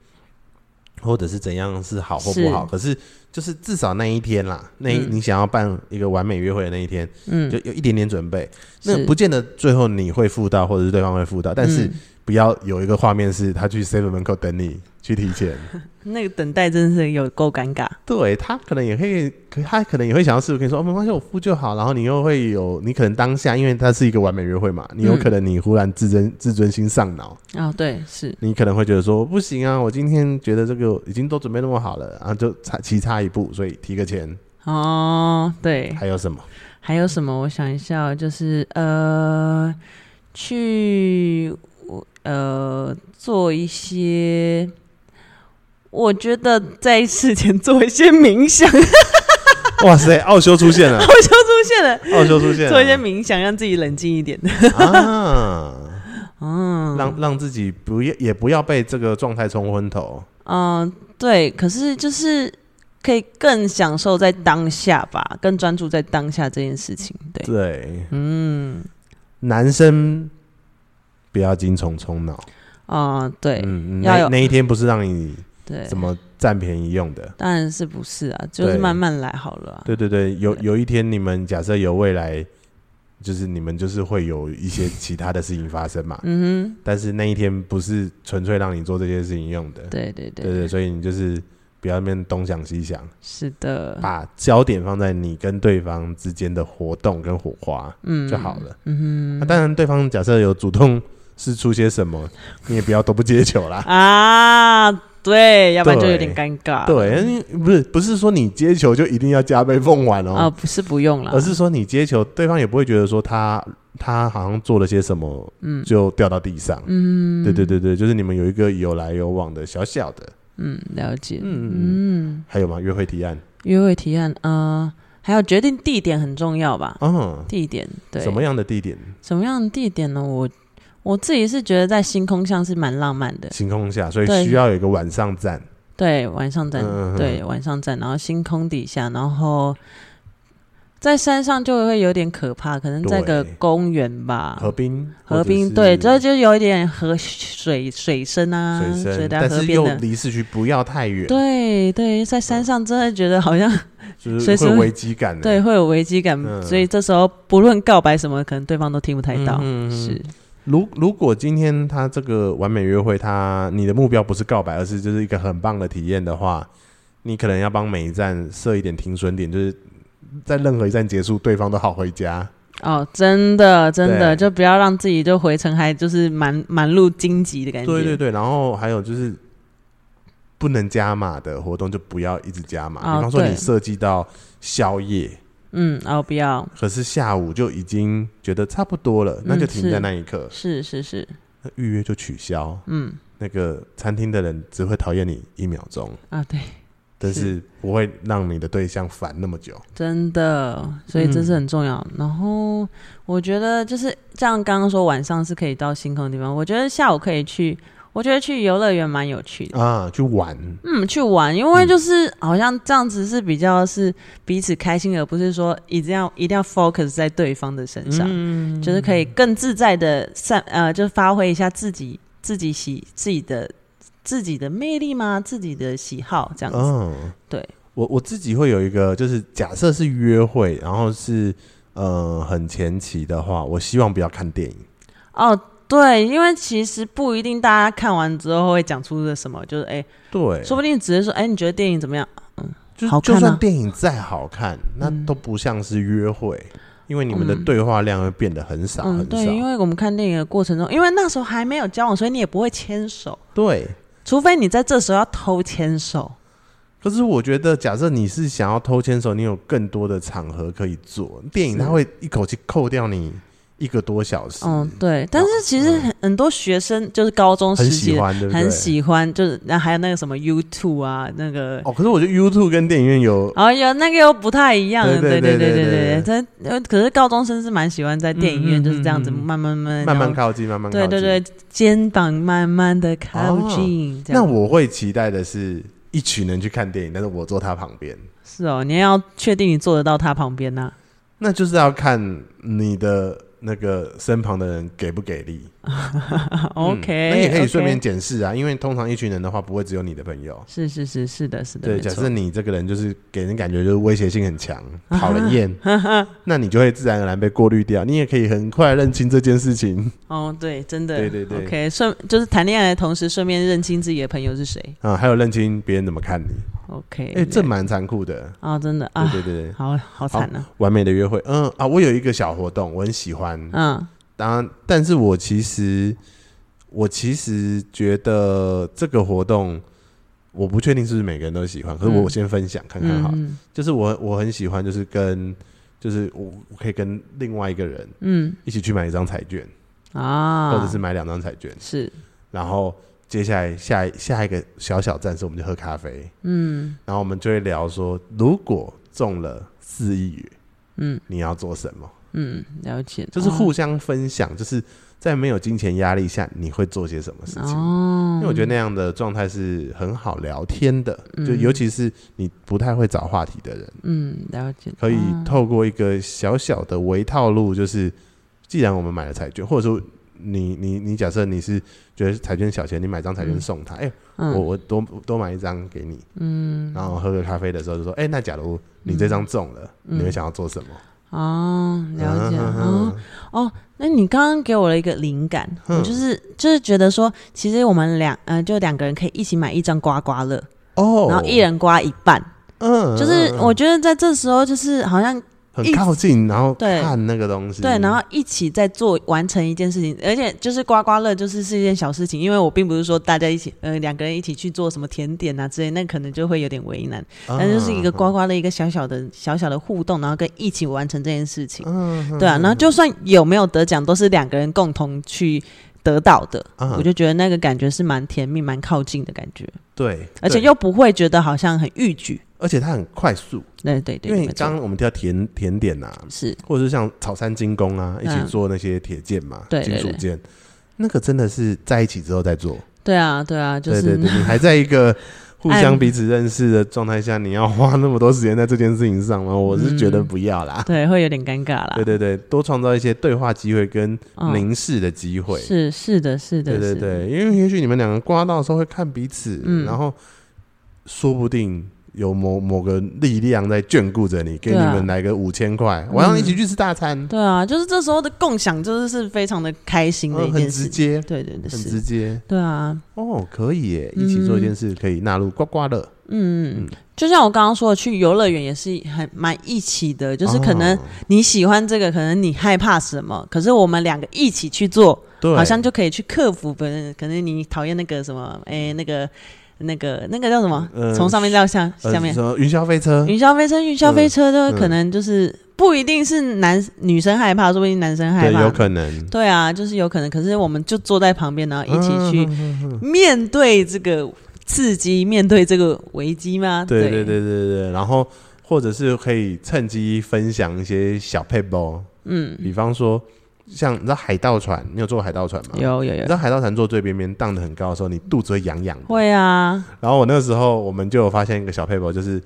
A: 或者是怎样是好或不好。可是就是至少那一天啦，那一、
B: 嗯
A: 你想要办一个完美约会的那一天，
B: 嗯
A: 就，有一点点准备。那
B: 是
A: 不见得最后你会付到，或者是对方会付到，但是
B: 嗯
A: 不要有一个画面是他去 seven 门口等你去提 钱。
B: 那个等待真是有够尴尬，
A: 对他可能也可以，可他可能也会想要试图跟你说，哦，没关系，我付就好。然后你又会有，你可能当下因为他是一个完美约会嘛，你有
B: 嗯
A: 可能你忽然自尊自尊心上脑。
B: 啊、对，是
A: 你可能会觉得说不行啊，我今天觉得这个已经都准备那么好了，啊，就差其差一步，所以提个钱，
B: 哦，对，
A: 还有 什么？
B: 还有什么？我想一下哦，就是呃，去我呃做一些，我觉得在事前做一些冥想，我
A: 哇塞，奥修出现了，
B: 就出现了，
A: 奥修 出现了，
B: 做一些冥想，让自己冷静一点。
A: 啊，
B: 嗯
A: 让让自己不要也不要被这个状态冲昏头。
B: 嗯，对，可是就是可以更享受在当下吧，更专注在当下这件事情。对，
A: 对，
B: 嗯，
A: 男生不要精虫充脑。
B: 啊、对，
A: 嗯，
B: 要
A: 那
B: 有
A: 那一天不是让你
B: 对，
A: 怎么占便宜用的。
B: 当然是不是啊，就是
A: 对
B: 慢慢来好了啊、
A: 对对对，有有一天你们假设有未来，就是你们就是会有一些其他的事情发生嘛。
B: 嗯
A: 但是那一天不是纯粹让你做这些事情用的
B: 哼，。对对对，
A: 对对，所以你就是不要在那边东想西想，
B: 是的，
A: 把焦点放在你跟对方之间的活动跟火花
B: 嗯，
A: 就好了。啊
B: 嗯
A: 那、当然，对方假设有主动是出些什么，你也不要都不接球啦
B: 哼。啊，对，要不然就有点
A: 对
B: 尴尬。嗯
A: 对，因为不是不是说你接球就一定要加倍奉还哦，
B: 啊、不是不用了
A: 而，是说你接球，对方也不会觉得说他他好像做了些什么，嗯，就掉到地上。
B: 嗯，
A: 对对对对，就是你们有一个有来有往的小小的，
B: 嗯，了解，
A: 嗯嗯，
B: 嗯，
A: 还有吗？约会提案，
B: 约会提案，呃，还有决定地点很重要吧？
A: 嗯，
B: 地点，对，
A: 什么样的地点？
B: 什么样的地点呢？我我自己是觉得在星空上是蛮浪漫的，
A: 星空下，所以
B: 对
A: 需要有一个晚上站，
B: 对，晚上站，
A: 嗯嗯嗯
B: 对，晚上站，然后星空底下，然后在山上就会有点可怕，可能在个
A: 对
B: 公园吧，
A: 河滨，
B: 啊河
A: 或者
B: 滨，
A: 是
B: 对，这就有一点河水水声啊，
A: 水
B: 觉
A: 深，
B: 得
A: 但
B: 河
A: 是
B: 边
A: 又
B: 的。
A: 离市区不要太远，
B: 对对，在山上真的觉得好像
A: 就是
B: 随时
A: 会有
B: 会
A: 危机感的。
B: 对会有危机感，
A: 嗯
B: 所以这时候不论告白什么，可能对方都听不太到。
A: 嗯嗯嗯
B: 是，
A: 如如果今天他这个完美约会，他你的目标不是告白，而是就是一个很棒的体验的话，你可能要帮每一站设一点停损点，就是在任何一站结束，对方都好回家。
B: 哦，真的真的，
A: 对
B: 就不要让自己就回程还就是满满路荆棘的感觉。
A: 对对对，然后还有就是不能加码的活动就不要一直加码，
B: 哦
A: 比方说
B: 对
A: 你设计到宵夜，
B: 嗯，哦，不要，
A: 可是下午就已经觉得差不多了，那就停
B: 嗯是
A: 在那一刻，
B: 是是是，
A: 那预约就取消。
B: 嗯
A: 那个餐厅的人只会讨厌你一秒钟。
B: 啊，对，
A: 但
B: 是
A: 是不会让你的对象烦那么久。
B: 真的，所以这
A: 嗯
B: 是很重要。然后我觉得就是像刚刚说，晚上是可以到星空的地方，我觉得下午可以去，我觉得去游乐园蛮有趣的。
A: 啊，去玩，
B: 嗯，去玩，因为就是好像这样子是比较是彼此开心，而不是说一定要一定要 focus 在对方的身
A: 嗯
B: 上，就是可以更自在的散呃，就发挥一下自己自己喜自己的自己的魅力嘛，自己的喜好这样子。
A: 嗯，
B: 对，
A: 我我自己会有一个，就是假设是约会，然后是呃很前期的话，我希望不要看电影。
B: 哦，对，因为其实不一定大家看完之后会讲出个什么，就是哎、
A: 对，
B: 说不定只是说哎、你觉得电影怎么样？
A: 就
B: 好看
A: 就
B: 啊
A: 算电影再好看，那都不像是约会，因为你们的对话量会变得很少
B: 嗯，
A: 很
B: 对，因
A: 少。
B: 为我们看电影的过程中，因为那时候还没有交往，所以你也不会牵手，
A: 对，
B: 除非你在这时候要偷牵手。
A: 可是我觉得，假设你是想要偷牵手，你有更多的场合可以做。电影它会一口气扣掉你一个多小时，
B: 嗯，对。但是其实很很多学生就是高中
A: 哦
B: 时
A: 很
B: 期
A: 喜
B: 的
A: 欢，对不对？
B: 很喜欢，就是那还有那个什么 YouTube 啊，那个。
A: 哦，可是我觉得 YouTube 跟电影院有
B: 哦，有那个又不太一样，
A: 对
B: 对
A: 对对
B: 对对
A: 对
B: 对对。但呃可是高中生是蛮喜欢在电影
A: 嗯
B: 院
A: 嗯
B: 就是这样子
A: 嗯嗯
B: 慢慢慢
A: 慢
B: 然
A: 慢
B: 后
A: 靠近，慢慢靠近。
B: 对
A: 哦
B: 对对，肩膀慢慢的靠近。这
A: 那
B: 样
A: 我会期待的是一群人去看电影，但是我坐他旁边，
B: 是哦，你也要确定你坐得到他旁边啊 呐、
A: 那就是要看你的那个身旁的人给不给力。嗯
B: OK，、
A: 那也可以
B: OK
A: 顺便。检视啊，因为通常一群人的话，不会只有你的朋友。
B: 是是是是的，是的，
A: 对，
B: 没
A: 假
B: 错
A: 设你这个人就是给人感觉就是威胁性很 强，讨人厌，那你就会自然而然被过滤掉。你也可以很快认清这件事情
B: 哦， 对，真的，
A: 对对对
B: OK，顺就是谈恋爱的同时，顺便认清自己的朋友是谁。
A: 啊，还有认清别人怎么看你。
B: OK，
A: 哎、这蛮残酷的。
B: 啊、真的啊，
A: 对对对对，
B: 好好惨啊，
A: 完美的约会，嗯啊，我有一个小活动，我很喜欢。
B: 嗯
A: 当然，但是我其实我其实觉得这个活动，我不确定是不是每个人都喜欢。可是
B: 嗯
A: 我先分享看看
B: 嗯
A: 好了，
B: 嗯
A: 就是我我很喜欢，就是跟就是我我可以跟另外一个人
B: 嗯
A: 一起去买一张彩券，
B: 啊，
A: 或者是买两张彩券，
B: 是
A: 然后接下来下一下一个小小战是我们就喝咖啡，
B: 嗯
A: 然后我们就会聊说，如果中了四亿元，
B: 嗯
A: 你要做什么？
B: 嗯，了解，
A: 就是互
B: 哦
A: 相分享，就是在没有金钱压力下，你会做些什么事情？
B: 哦，
A: 因为我觉得那样的状态是很好聊天的，
B: 嗯
A: 就尤其是你不太会找话题的人，
B: 嗯了解，
A: 可以
B: 啊
A: 透过一个小小的微套路，就是既然我们买了彩券，或者说你你你假设你是觉得彩券小钱，你买张彩券
B: 嗯
A: 送他，哎、我
B: 嗯
A: 我多多买一张给你，
B: 嗯
A: 然后喝个咖啡的时候就说，哎、那假如你这张中了，
B: 嗯
A: 你会想要做什么？
B: 哦了解
A: 嗯
B: 哦。哦，那你刚刚给我了一个灵感，
A: 嗯
B: 我就是就是觉得说，其实我们两呃，就两个人可以一起买一张刮刮乐，
A: 哦，
B: 嗯然后一人刮一半，
A: 嗯，
B: 就是
A: 嗯
B: 我觉得在这时候就是好像
A: 很靠近，然后
B: 对
A: 看那个东西，
B: 对，然后一起在做完成一件事情，而且就是刮刮乐就是是一件小事情，因为我并不是说大家一起呃两个人一起去做什么甜点啊之类，那可能就会有点为难，
A: 嗯，
B: 但就是一个刮
A: 光，
B: 刮乐一个小小的小小的互动，然后跟一起完成这件事情。
A: 嗯，
B: 对啊，然后就算有没有得奖，都是两个人共同去得到的。
A: 嗯
B: 我就觉得那个感觉是蛮甜蜜、蛮靠近的感觉，
A: 对，
B: 而且
A: 对
B: 又不会觉得好像很逾矩。
A: 而且它很快速，
B: 对对对，
A: 因为
B: 没错
A: 刚刚我们提到甜甜点啊呐，
B: 是
A: 或者是像草山精工啊，一
B: 嗯
A: 起做那些铁件嘛，
B: 对
A: 金
B: 对
A: 属
B: 对
A: 件，那个真的是在一起之后再做，
B: 对啊对啊，就
A: 对
B: 是
A: 对对，你还在一 个互相
B: 按
A: 彼此认识的状态下，你要花那么多时间在这件事情上吗？我是觉得
B: 嗯
A: 不要啦。
B: 对会有点尴尬啦。
A: 对对对，多创造一些对话机会跟
B: 嗯
A: 凝视的机会。
B: 是是的，是的，
A: 对对
B: 是的，
A: 对，因为也许你们两个刮到的时候会看彼此，
B: 嗯
A: 然后说不定有某某个力量在眷顾着你，给
B: 对
A: 你
B: 啊嗯
A: 们来个五千块，晚上一起去吃大餐，
B: 对啊，就是这时候的共享，就是是非常的开心的
A: 呃
B: 一
A: 很
B: 件
A: 直
B: 事。
A: 接，
B: 对对对，
A: 很直
B: 是，
A: 接。
B: 对啊，
A: 哦，可以耶，一起做一件
B: 嗯
A: 事可以纳入刮刮乐，
B: 嗯，就像我刚刚说的，去游乐园也是很蛮一起的，就是可能
A: 哦
B: 你喜欢这个，可能你害怕什么，可是我们两个一起去做，
A: 对，
B: 好像就可以去克服别人。可能你讨厌那个什么，哎、那个那个那个叫什么
A: 嗯呃，
B: 从、上面到下
A: 呃
B: 下面，
A: 什么云霄飞车，
B: 云霄飞车，云霄飞车
A: 嗯
B: 就可能就是、不一定是男女生害怕，说不定男生害
A: 对，
B: 怕，
A: 有可能
B: 对啊，就是有可能。可是我们就坐在旁边，然后一起去
A: 嗯嗯嗯嗯
B: 面对这个刺激，面对这个危机吗？
A: 对对对对对，然后或者是可以趁机分享一些小 paper，
B: 嗯，
A: 比方说像你知道海盗船，你有坐过海盗船吗？。
B: 有有
A: 你
B: 有
A: 知，道海盗船坐最边边荡得很高的时候，你肚子会痒痒的。
B: 会啊，
A: 然后我那个时候我们就有发现一个小 paper，就是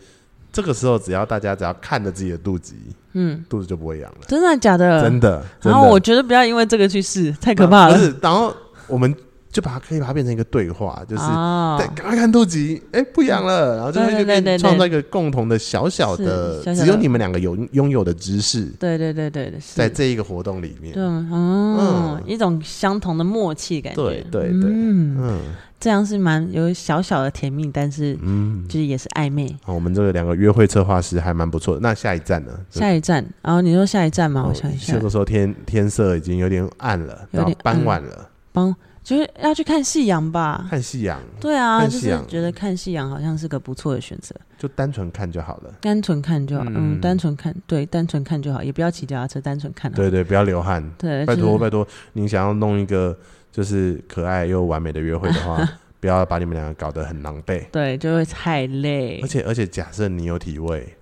A: 这个时候只要大家只要看着自己的肚脐，
B: 嗯，
A: 肚子就不会痒了，
B: 真的假的？
A: 真的。真
B: 呃然
A: 的
B: 后我觉得不要因为这个去试，太可怕了
A: 不。是，然后我们就把它可以把它变成一个对话，就是。
B: 哦
A: 对，赶快看肚脐，哎、不痒了，然后就
B: 对
A: 会
B: 对
A: 就
B: 对
A: 变
B: 对对
A: 创造一个共同的小小的，
B: 是小小
A: 只有
B: 的
A: 你们两个有拥有的知识，
B: 对对对对对，是
A: 在这一个活动里面
B: 对，，哦
A: 嗯，
B: 一种相同的默契感觉。
A: 对对对
B: 嗯，
A: 嗯
B: 这样是蛮有小小的甜蜜，但是
A: 嗯，
B: 就是也是暧昧。
A: 好，我们这个两个约会策划师还蛮不错的。那下一站呢？
B: 下一站，然后你说下一站吗？
A: 哦
B: 我想一下
A: 这，个时候天天色已经有点暗了，
B: 有
A: 然
B: 点
A: 后傍晚了，
B: 帮就是要去看夕阳吧。
A: 看夕阳
B: 对啊，
A: 看
B: 就
A: 夕
B: 是
A: 阳
B: 觉得看夕阳好像是个不错的选择，
A: 就单纯看就好了。
B: 单纯看就好，
A: 嗯
B: 嗯，单纯看，对，单纯看就好，也不要骑脚踏车，单纯看好。
A: 对对，不要流汗，
B: 对，
A: 拜
B: 就是
A: 托拜托，你想要弄一个就是可爱又完美的约会的 话，不要把你们两个搞得很狼狈。
B: 对，就会太累
A: 而。且而且，假设你有体味，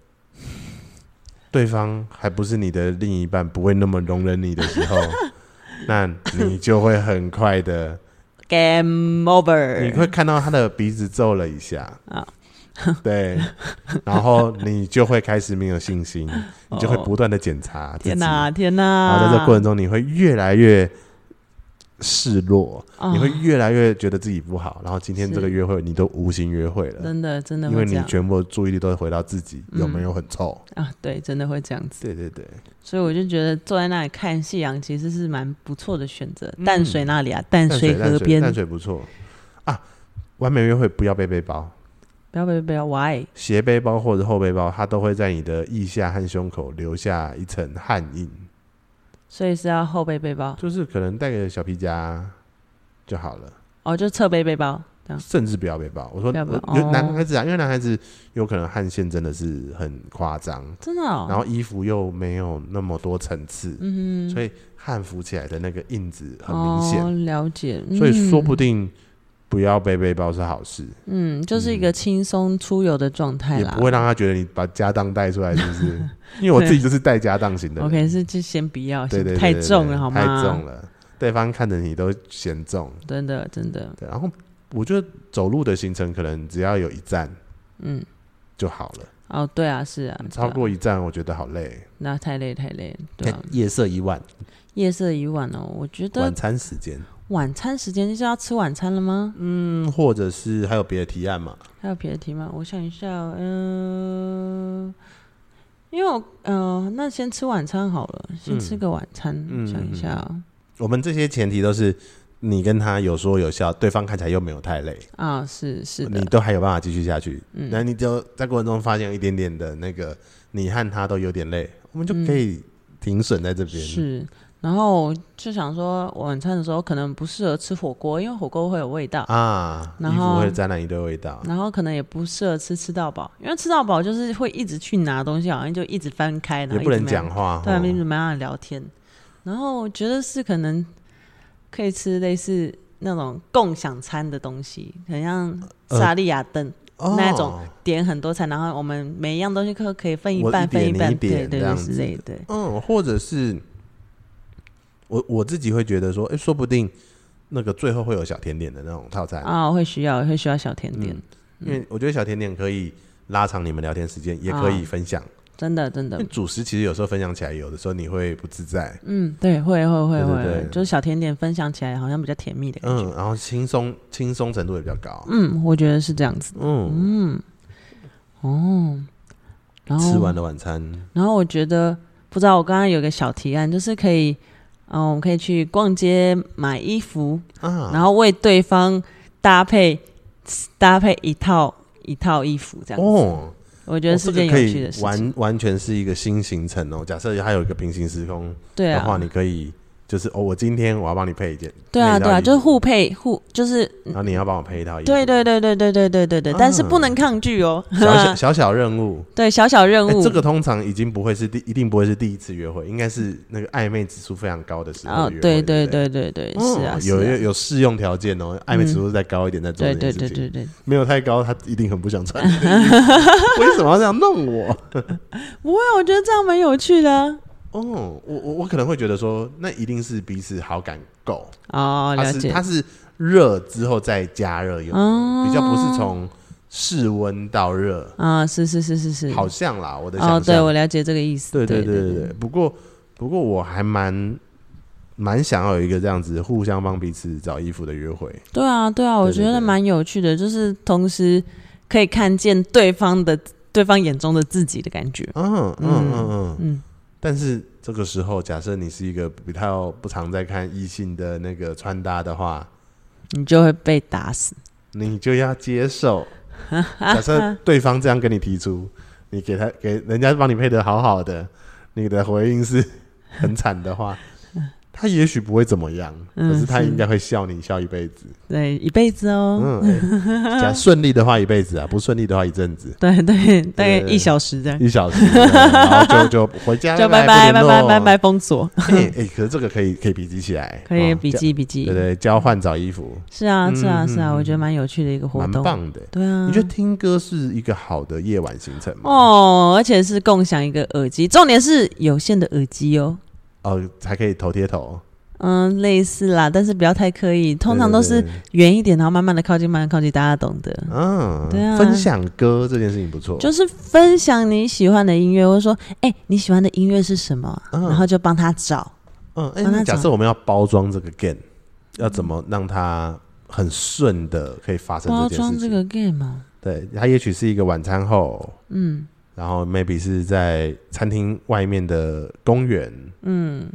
A: 对方还不是你的另一半，不会那么容忍你的时 候，那你就会很快的，
B: Game
A: 你
B: over。
A: 会看到他的鼻子皱了一下
B: 啊，
A: 对，然后你就会开始没有信 心，你就会
B: 哦
A: 不断的检查自己，
B: 天哪，
A: 然
B: 天哪！
A: 后在这过程中，你会越来越示弱，
B: 啊
A: 你会越来越觉得自己不好，然后今天这个
B: 是
A: 约会你都无心约会了。
B: 真的真的
A: 因为
B: 会这
A: 你
B: 样
A: 全部的注意力都会回到自己有没
B: 嗯
A: 有很臭，
B: 啊，对，真的会这样子。
A: 对对对，
B: 所以我就觉得坐在那里看夕阳其实是蛮不错的选择。
A: 嗯
B: 淡水那里啊，淡
A: 淡水
B: 水
A: 淡
B: 河
A: 水
B: 边，
A: 淡水不错啊。完美约会不要背背包，
B: 不要不要不要，why？
A: 斜背包或者后背包，它都会在你的腋下和胸口留下一层汗印，
B: 所以是要后背背包
A: 就是可能带个小皮夹就好了。
B: 哦，就侧背背包这样
A: 甚至不要被抱。我说
B: 不要被抱
A: 我有男
B: 哦
A: 孩子啊，因为男孩子有可能汗腺真的是很夸张，
B: 真的、哦。
A: 然后衣服又没有那么多层次，
B: 嗯哼，
A: 所以汗浮起来的那个印子很明显，
B: 哦、了解。
A: 所以说
B: 嗯
A: 不定不要背背包是好事，
B: 嗯，就是一个轻松出游的状态
A: 也
B: 啦。
A: 不会让他觉得你把家当带出来，是不是？ 因为我自己就是带家当型的人
B: OK，是就先不要，
A: 对对对对
B: 太
A: 对
B: 重了好吗？
A: 太重了，对方看着你都嫌重。
B: 真的真的，
A: 对，然后我觉得走路的行程可能只要有一站
B: 嗯，
A: 就好了，
B: 哦，对啊，是啊，
A: 超
B: 对啊
A: 过一站我觉得好累。
B: 那太累太累，对啊。
A: 夜色已晚，
B: 夜色已晚哦，我觉得
A: 晚餐时间，
B: 晚餐时间就是要吃晚餐了吗？
A: 嗯，或者是还有别的提案嘛？
B: 还有别的题吗？我想一下哦，嗯、因为我呃，那先吃晚餐好了，先吃个晚餐，
A: 嗯
B: 想一下哦、
A: 我们这些前提都是你跟他有说有笑，对方看起来又没有太累，
B: 啊，是是
A: 你
B: 的，
A: 都还有办法继续下去。
B: 嗯
A: 那、你就在过程中发现有一点点的那个，你和他都有点累，我们就可以停损在这边。
B: 是。然后就想说，晚餐的时候可能不适合吃火锅，因为火锅会有味道。
A: 啊，
B: 然
A: 衣服
B: 后
A: 会沾染一堆味道。
B: 然后可能也不适合吃吃到饱，因为吃到饱就是会一直去拿东西，好像就一直翻开，然后
A: 也不
B: 一直
A: 能
B: 没
A: 讲哦话，
B: 对啊，
A: 吼
B: 没怎么样聊天。然后我觉得是可能可以吃类似那种共享餐的东西，很像
A: 呃
B: 萨利亚灯，
A: 哦
B: 那种点很多餐，然后我们每一样东西可可以分一
A: 我
B: 半，
A: 一
B: 分
A: 点你
B: 半，
A: 一
B: 对
A: 点
B: 对
A: 这
B: 对
A: 样
B: 之
A: 子
B: 类的。
A: 嗯，或者是我我自己会觉得说，哎、说不定那个最后会有小甜点的那种套餐，
B: 啊、会需要会需要小甜
A: 嗯
B: 点，
A: 因为我觉得小甜点可以拉长你们聊天时间，也可
B: 啊
A: 以分享。
B: 真的真
A: 因
B: 的
A: 为，主食其实有时候分享起来，有的时候你会不自在，
B: 嗯，对，会会会
A: 对对
B: 会，
A: 对
B: 就是小甜点分享起来好像比较甜蜜的感觉。
A: 嗯，然后轻松轻松程度也比较高，
B: 嗯我觉得是这样子。
A: 嗯，
B: 嗯，哦，然后
A: 吃完了晚餐，
B: 然后我觉得，不知道我刚刚有个小提案，就是可以，嗯、我们可以去逛街买衣服，
A: 啊，
B: 然后为对方搭配搭配一套一套衣服，这样子。
A: 哦，
B: 我觉
A: 觉
B: 得是件有趣的事情。
A: 完完全是一个新行程哦。假设还有一个平行时空
B: 对
A: 的
B: 啊
A: 话，，你可以就是哦，我今天我要帮你配一件，
B: 对
A: 配一
B: 啊，
A: 套
B: 对啊，
A: 衣
B: 就是
A: 服
B: 互配互，就是
A: 然后你要帮我配一套衣服，
B: 对对对对对对对对对，但是
A: 啊
B: 不能抗拒哦。
A: 小小小小任 务。
B: 对小小任
A: 哎
B: 务，
A: 这个通常已经不会是第，一定不会是第一次约会，应该是那个暧昧指数非常高的时候
B: 哦
A: 约会。，
B: 对对
A: 对不
B: 对对对，
A: 哦
B: 是啊，是
A: 有
B: 啊
A: 有有适用条件哦，暧昧指数再高一点再做
B: 对
A: 这件
B: 对
A: 事情。
B: 对对对，
A: 没有太高，他一定很不想 穿你的衣服。为什么要这样弄我？
B: 不会，我觉得这样蛮有趣的啊。
A: 哦，我我我可能会觉得说，那一定是彼此好感够，
B: 哦，
A: 他
B: 了
A: 是
B: 解。
A: 他是热之后再加热，有
B: 哦
A: 比较不是从室温到热，
B: 啊，是是是是是，
A: 好像啦，我的
B: 哦，
A: 想
B: 对，
A: 象。
B: 我了解这个意思。
A: 对
B: 对
A: 对对对。不过不过我还蛮蛮想要有一个这样子互相帮彼此找衣服的约会。
B: 对啊对啊，我
A: 对对
B: 觉
A: 对
B: 得蛮有趣的，就是同时可以看见对方的对方眼中的自己的感觉。
A: 嗯嗯嗯嗯。
B: 嗯，
A: 但是这个时候，假设你是一个比较不常在看异性的那个穿搭的话，
B: 你就会被打死。
A: 你就要接受。
B: 啊
A: 假设对方这样跟你提出，你给他给人家帮你配的好好的，你的回应是很惨的 话，他也许不会怎么样，
B: 嗯
A: 可是他
B: 是
A: 应该会笑你笑一辈子。
B: 对，一辈子哦。
A: 嗯，欸假顺利的话一辈子啊，不顺利的话一阵子，
B: 对对，大概
A: 对
B: 一小时这样，
A: 一小时，对然后就就回家，
B: 嗯 就拜拜
A: 拜
B: 拜拜拜拜。封锁，
A: 哎哎、欸可是这个可以可以笔记起来，
B: 可以
A: 哦
B: 笔，
A: 交
B: 记笔记
A: 对。对，交换找衣服，
B: 是啊是啊
A: 嗯
B: 是啊，
A: 嗯
B: 我觉得蛮有趣的一个活
A: 蛮
B: 动。
A: 棒的。
B: 对啊，
A: 你觉得听歌是一个好的夜晚行程吗？
B: 哦，而且是共享一个耳机，重点是有线的耳机哦。
A: 哦，才可以头贴头，
B: 嗯，类似啦，但是不要太刻意，通常都
A: 对
B: 是
A: 对对
B: 远一点，然后慢慢的靠近，慢慢地靠近，大家懂得。
A: 嗯，
B: 对啊
A: 分享歌这件事情不错，
B: 就是分享你喜欢的音乐，或者说，哎、你喜欢的音乐是什么啊？
A: 嗯
B: 然后就帮他找。
A: 嗯，哎、
B: 帮他
A: 那假
B: 找
A: 设我们要包装这个 game，要怎么让它很顺的可以发生
B: 包
A: 这件
B: 哦装
A: 事
B: 这
A: 情？
B: 个 game 啊，
A: 对，它也许是一个晚餐后，
B: 嗯
A: 然后 maybe 是在餐厅外面的公园，
B: 嗯，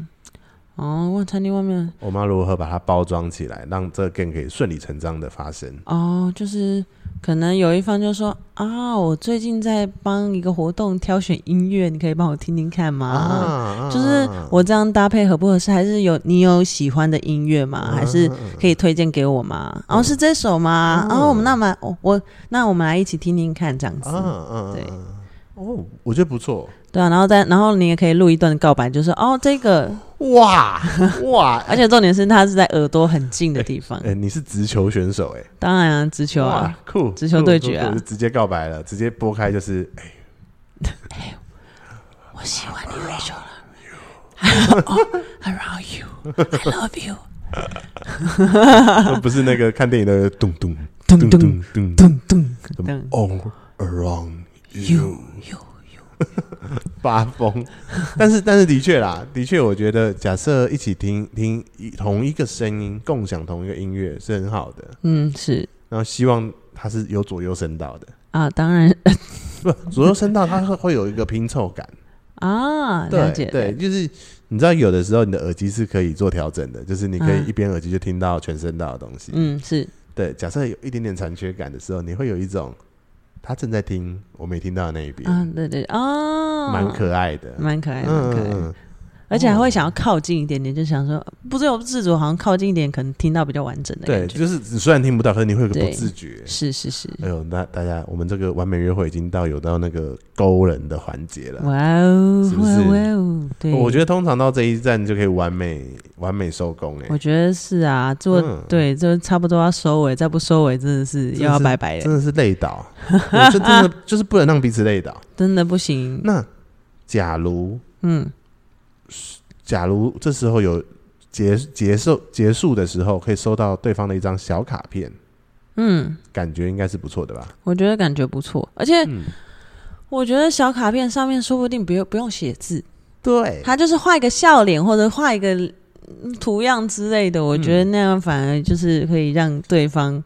B: 哦，哇，餐厅外面，
A: 我们要如何把它包装起来，让这个 game 可以顺理成章的发生？
B: 哦，就是可能有一方就说啊，我最近在帮一个活动挑选音乐，你可以帮我听听看吗？
A: 啊
B: 就是我这样搭配合不合适？还是有你有喜欢的音乐
A: 嗯
B: 吗？还是可以推荐给我吗？然、后、是这首吗？
A: 嗯
B: 然后、我们那么我我那我们来一起听听看这样子，
A: 啊啊，
B: 对
A: 啊哦，我觉得不错，
B: 对啊，然后再然后你也可以录一段告白，就是哦 这个，
A: 哇哇，
B: 而且重点是它是在耳朵很近的地方，
A: 哎，你是直球选手哎，
B: 当然啊，直球啊
A: 哇，，酷，
B: 直球
A: 酷
B: 对
A: 酷
B: 决啊
A: 酷就直接告白了，直接拨开就是， 哎
B: 我喜欢你很久了 哦，I around you, I love you，
A: 哎不是那个看电影的咚咚
B: 咚
A: 咚
B: 咚
A: 咚咚
B: 噔噔噔
A: all around you
B: ，you。you
A: 发疯。但是，但是的确啦，的确，我觉得假设一起听听一同一个声音，共享同一个音乐是很好的。
B: 嗯是
A: 然后希望它是有左右声道的，
B: 啊，当然
A: 不左右声道它会会有一个拼凑感。
B: 啊，了
A: 对
B: 解
A: 对，就是你知道，有的时候你的耳机是可以做调整的，就是你可以
B: 嗯
A: 一边耳机就听到全声道的东西。
B: 嗯是。
A: 对，假设有一点点残缺感的时候，你会有一种他正在听我没听到的那一边，
B: 啊，对对啊，
A: 蛮可爱的。
B: 蛮可爱，蛮
A: 嗯嗯
B: 可爱的，
A: 嗯，
B: 而且还会想要靠近一点点，就想说不自由自主，好像靠近一点，可能听到比较完整的
A: 对，
B: 感觉。
A: 就是你虽然听不到，可是你会有个不
B: 对
A: 自觉。
B: 是是是，
A: 哎呦，那大家，我们这个完美约会已经到有到那个勾人的环节了。
B: 哇哦
A: 啊是不
B: 哇
A: 是
B: 哦哇哦，对，
A: 我觉
B: 得
A: 得通常到这一站就可以完美完美收工哎、
B: 我觉得是啊，做
A: 嗯
B: 对，就差不多要收尾，再不收尾真的是
A: 真
B: 又要
A: 是
B: 拜拜
A: 真
B: 了，
A: 的是累倒， 我是真的就是不能让彼此累倒。
B: 真的不行。
A: 那假如
B: 嗯，
A: 假如这时候有结结束结束的时候，可以收到对方的一张小卡片，
B: 嗯，
A: 感觉应该是不错的吧？
B: 我觉得感觉不错，而且
A: 嗯，
B: 我觉得小卡片上面说不定不用不用写字，
A: 对，
B: 他就是画一个笑脸或者画一个嗯图样之类的，我觉得那样反而就是可以让对方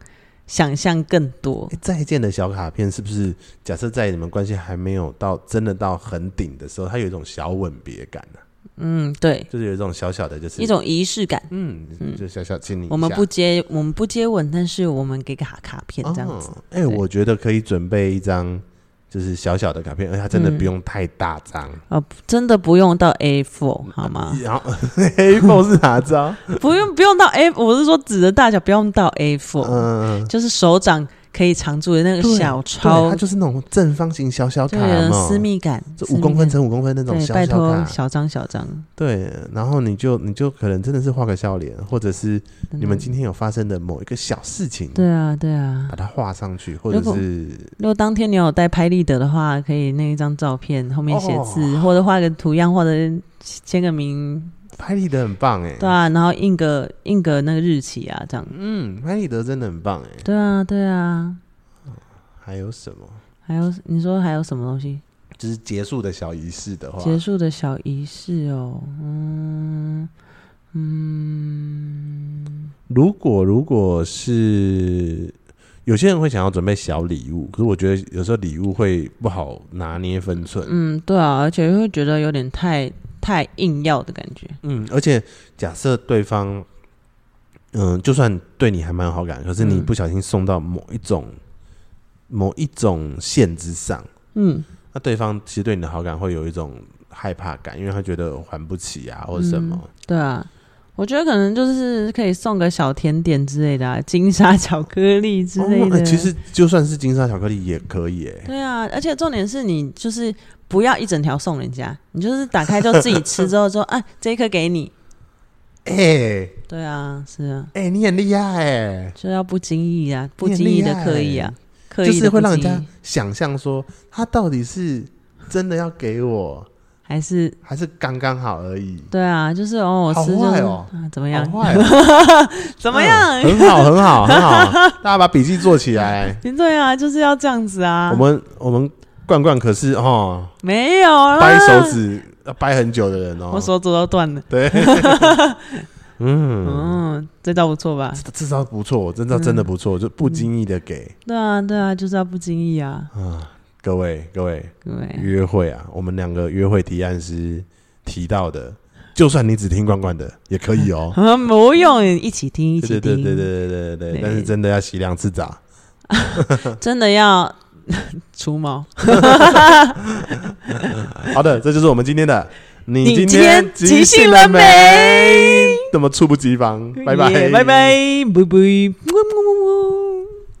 B: 想象更多。
A: 欸再见的小卡片是不是？假设在你们关系还没有到真的到很顶的时候，它有一种小吻别感呢、
B: 嗯，对，
A: 就是有一种小小的，就是
B: 一种仪式感。
A: 嗯，就小小亲你一下。
B: 我们不接，我们不接吻，但是我们给个卡卡片这样子。
A: 哦哎、
B: 对
A: 我觉得可以准备一张就是小小的卡片，而且它真的
B: 嗯
A: 不用太大张。？
B: 哦，真的不用到 A4 好吗
A: 然后 A4 是哪 张？
B: 不用不用到 A，我是说纸的大小不用到 A4，、
A: 嗯，
B: 就是手掌可以常住的那个
A: 对
B: 小
A: 对
B: 钞
A: 它，就是那种正方形小小卡
B: 对有
A: 嘛，
B: 私密感，
A: 这
B: 私
A: 五
B: 密
A: 公分
B: 感
A: 乘五公分那种
B: 对，
A: 小
B: 拜
A: 小
B: 托
A: 卡。
B: 小张小张，
A: 对，然后你就你就可能真的是画个笑脸，或者是你
B: 真的
A: 们今天有发生的某一个小事情，
B: 嗯对啊对啊
A: 把，它画上去，或者
B: 如果
A: 是
B: 如果当天你有带拍立得的话，可以那一张照片后面写字，
A: 哦
B: 或者画个图样，或者签个名，
A: 拍立得很棒哎、
B: 对啊，然后印个印个那个日期啊，这样。
A: 嗯，拍立得真的很棒哎、
B: 对啊，对啊。
A: 还有什么？
B: 还有你说还有什么东西？
A: 就是结束的小仪式的话，
B: 结束的小仪式哦，嗯嗯，
A: 如果如果是有些人会想要准备小礼物，可是我觉得有时候礼物会不好拿捏分寸。
B: 嗯，对啊，而且会觉得有点太太硬要的感觉。
A: 嗯，而且假设对方，嗯，就算对你还蛮有好感，可是你
B: 嗯
A: 不小心送到某一种、某一种线之上，
B: 嗯
A: 那对方其实对你的好感会有一种害怕感，因为他觉得还不起啊，或者什么。
B: 对啊，我觉得可能就是可以送个小甜点之类的、啊，金沙巧克力之类
A: 哦
B: 的。
A: 哎其实就算是金沙巧克力也可以、哎，
B: 对啊，而且重点是你就是不要一整条送人家，你就是打开就自己吃之后说，啊，这一颗给你。
A: 哎、
B: 对啊，是啊，
A: 哎、你很厉害哎、
B: 就要不经意啊，不
A: 你很
B: 经意的
A: 厉害欸
B: 刻意啊，刻意
A: 就
B: 的
A: 是会
B: 不
A: 让人
B: 经
A: 家
B: 意
A: 想象说他到底是真的要给我，
B: 还是
A: 还是刚刚好而已。
B: 对啊，就是哦，我
A: 好
B: 吃就
A: 坏
B: 是、
A: 哦
B: 啊，怎么
A: 好
B: 样？
A: 坏哦，
B: 怎么样？
A: 嗯很好，很好，很 好。大家把笔记做起来。
B: 对啊，就是要这样子啊
A: 我，们我们罐罐可是哦，
B: 没有啊，
A: 掰手指要掰很久的人
B: 我
A: 哦。
B: 手指都断了。
A: 对， 嗯，
B: 嗯，这招不错吧？
A: 这这招不错，这招真的不
B: 嗯
A: 错，就不经意的给
B: 对啊，对啊，就是要不经意啊，
A: 啊。各位各位，
B: 对，
A: 约会啊，我们两个约会提案师提到的，就算你只听罐罐的也可 以哦。
B: 不用一起听，一起
A: 对
B: 听，
A: 对对对对对对对，
B: 对
A: 但是真的要洗两次澡，
B: 真的要除 毛。
A: 好的，这就是我们今天的。
B: 你
A: 今
B: 今天即
A: 即
B: 兴
A: 兴
B: 了
A: 了
B: 没
A: 没？怎么猝不及防？拜拜
B: 耶拜拜，拜拜，么么么。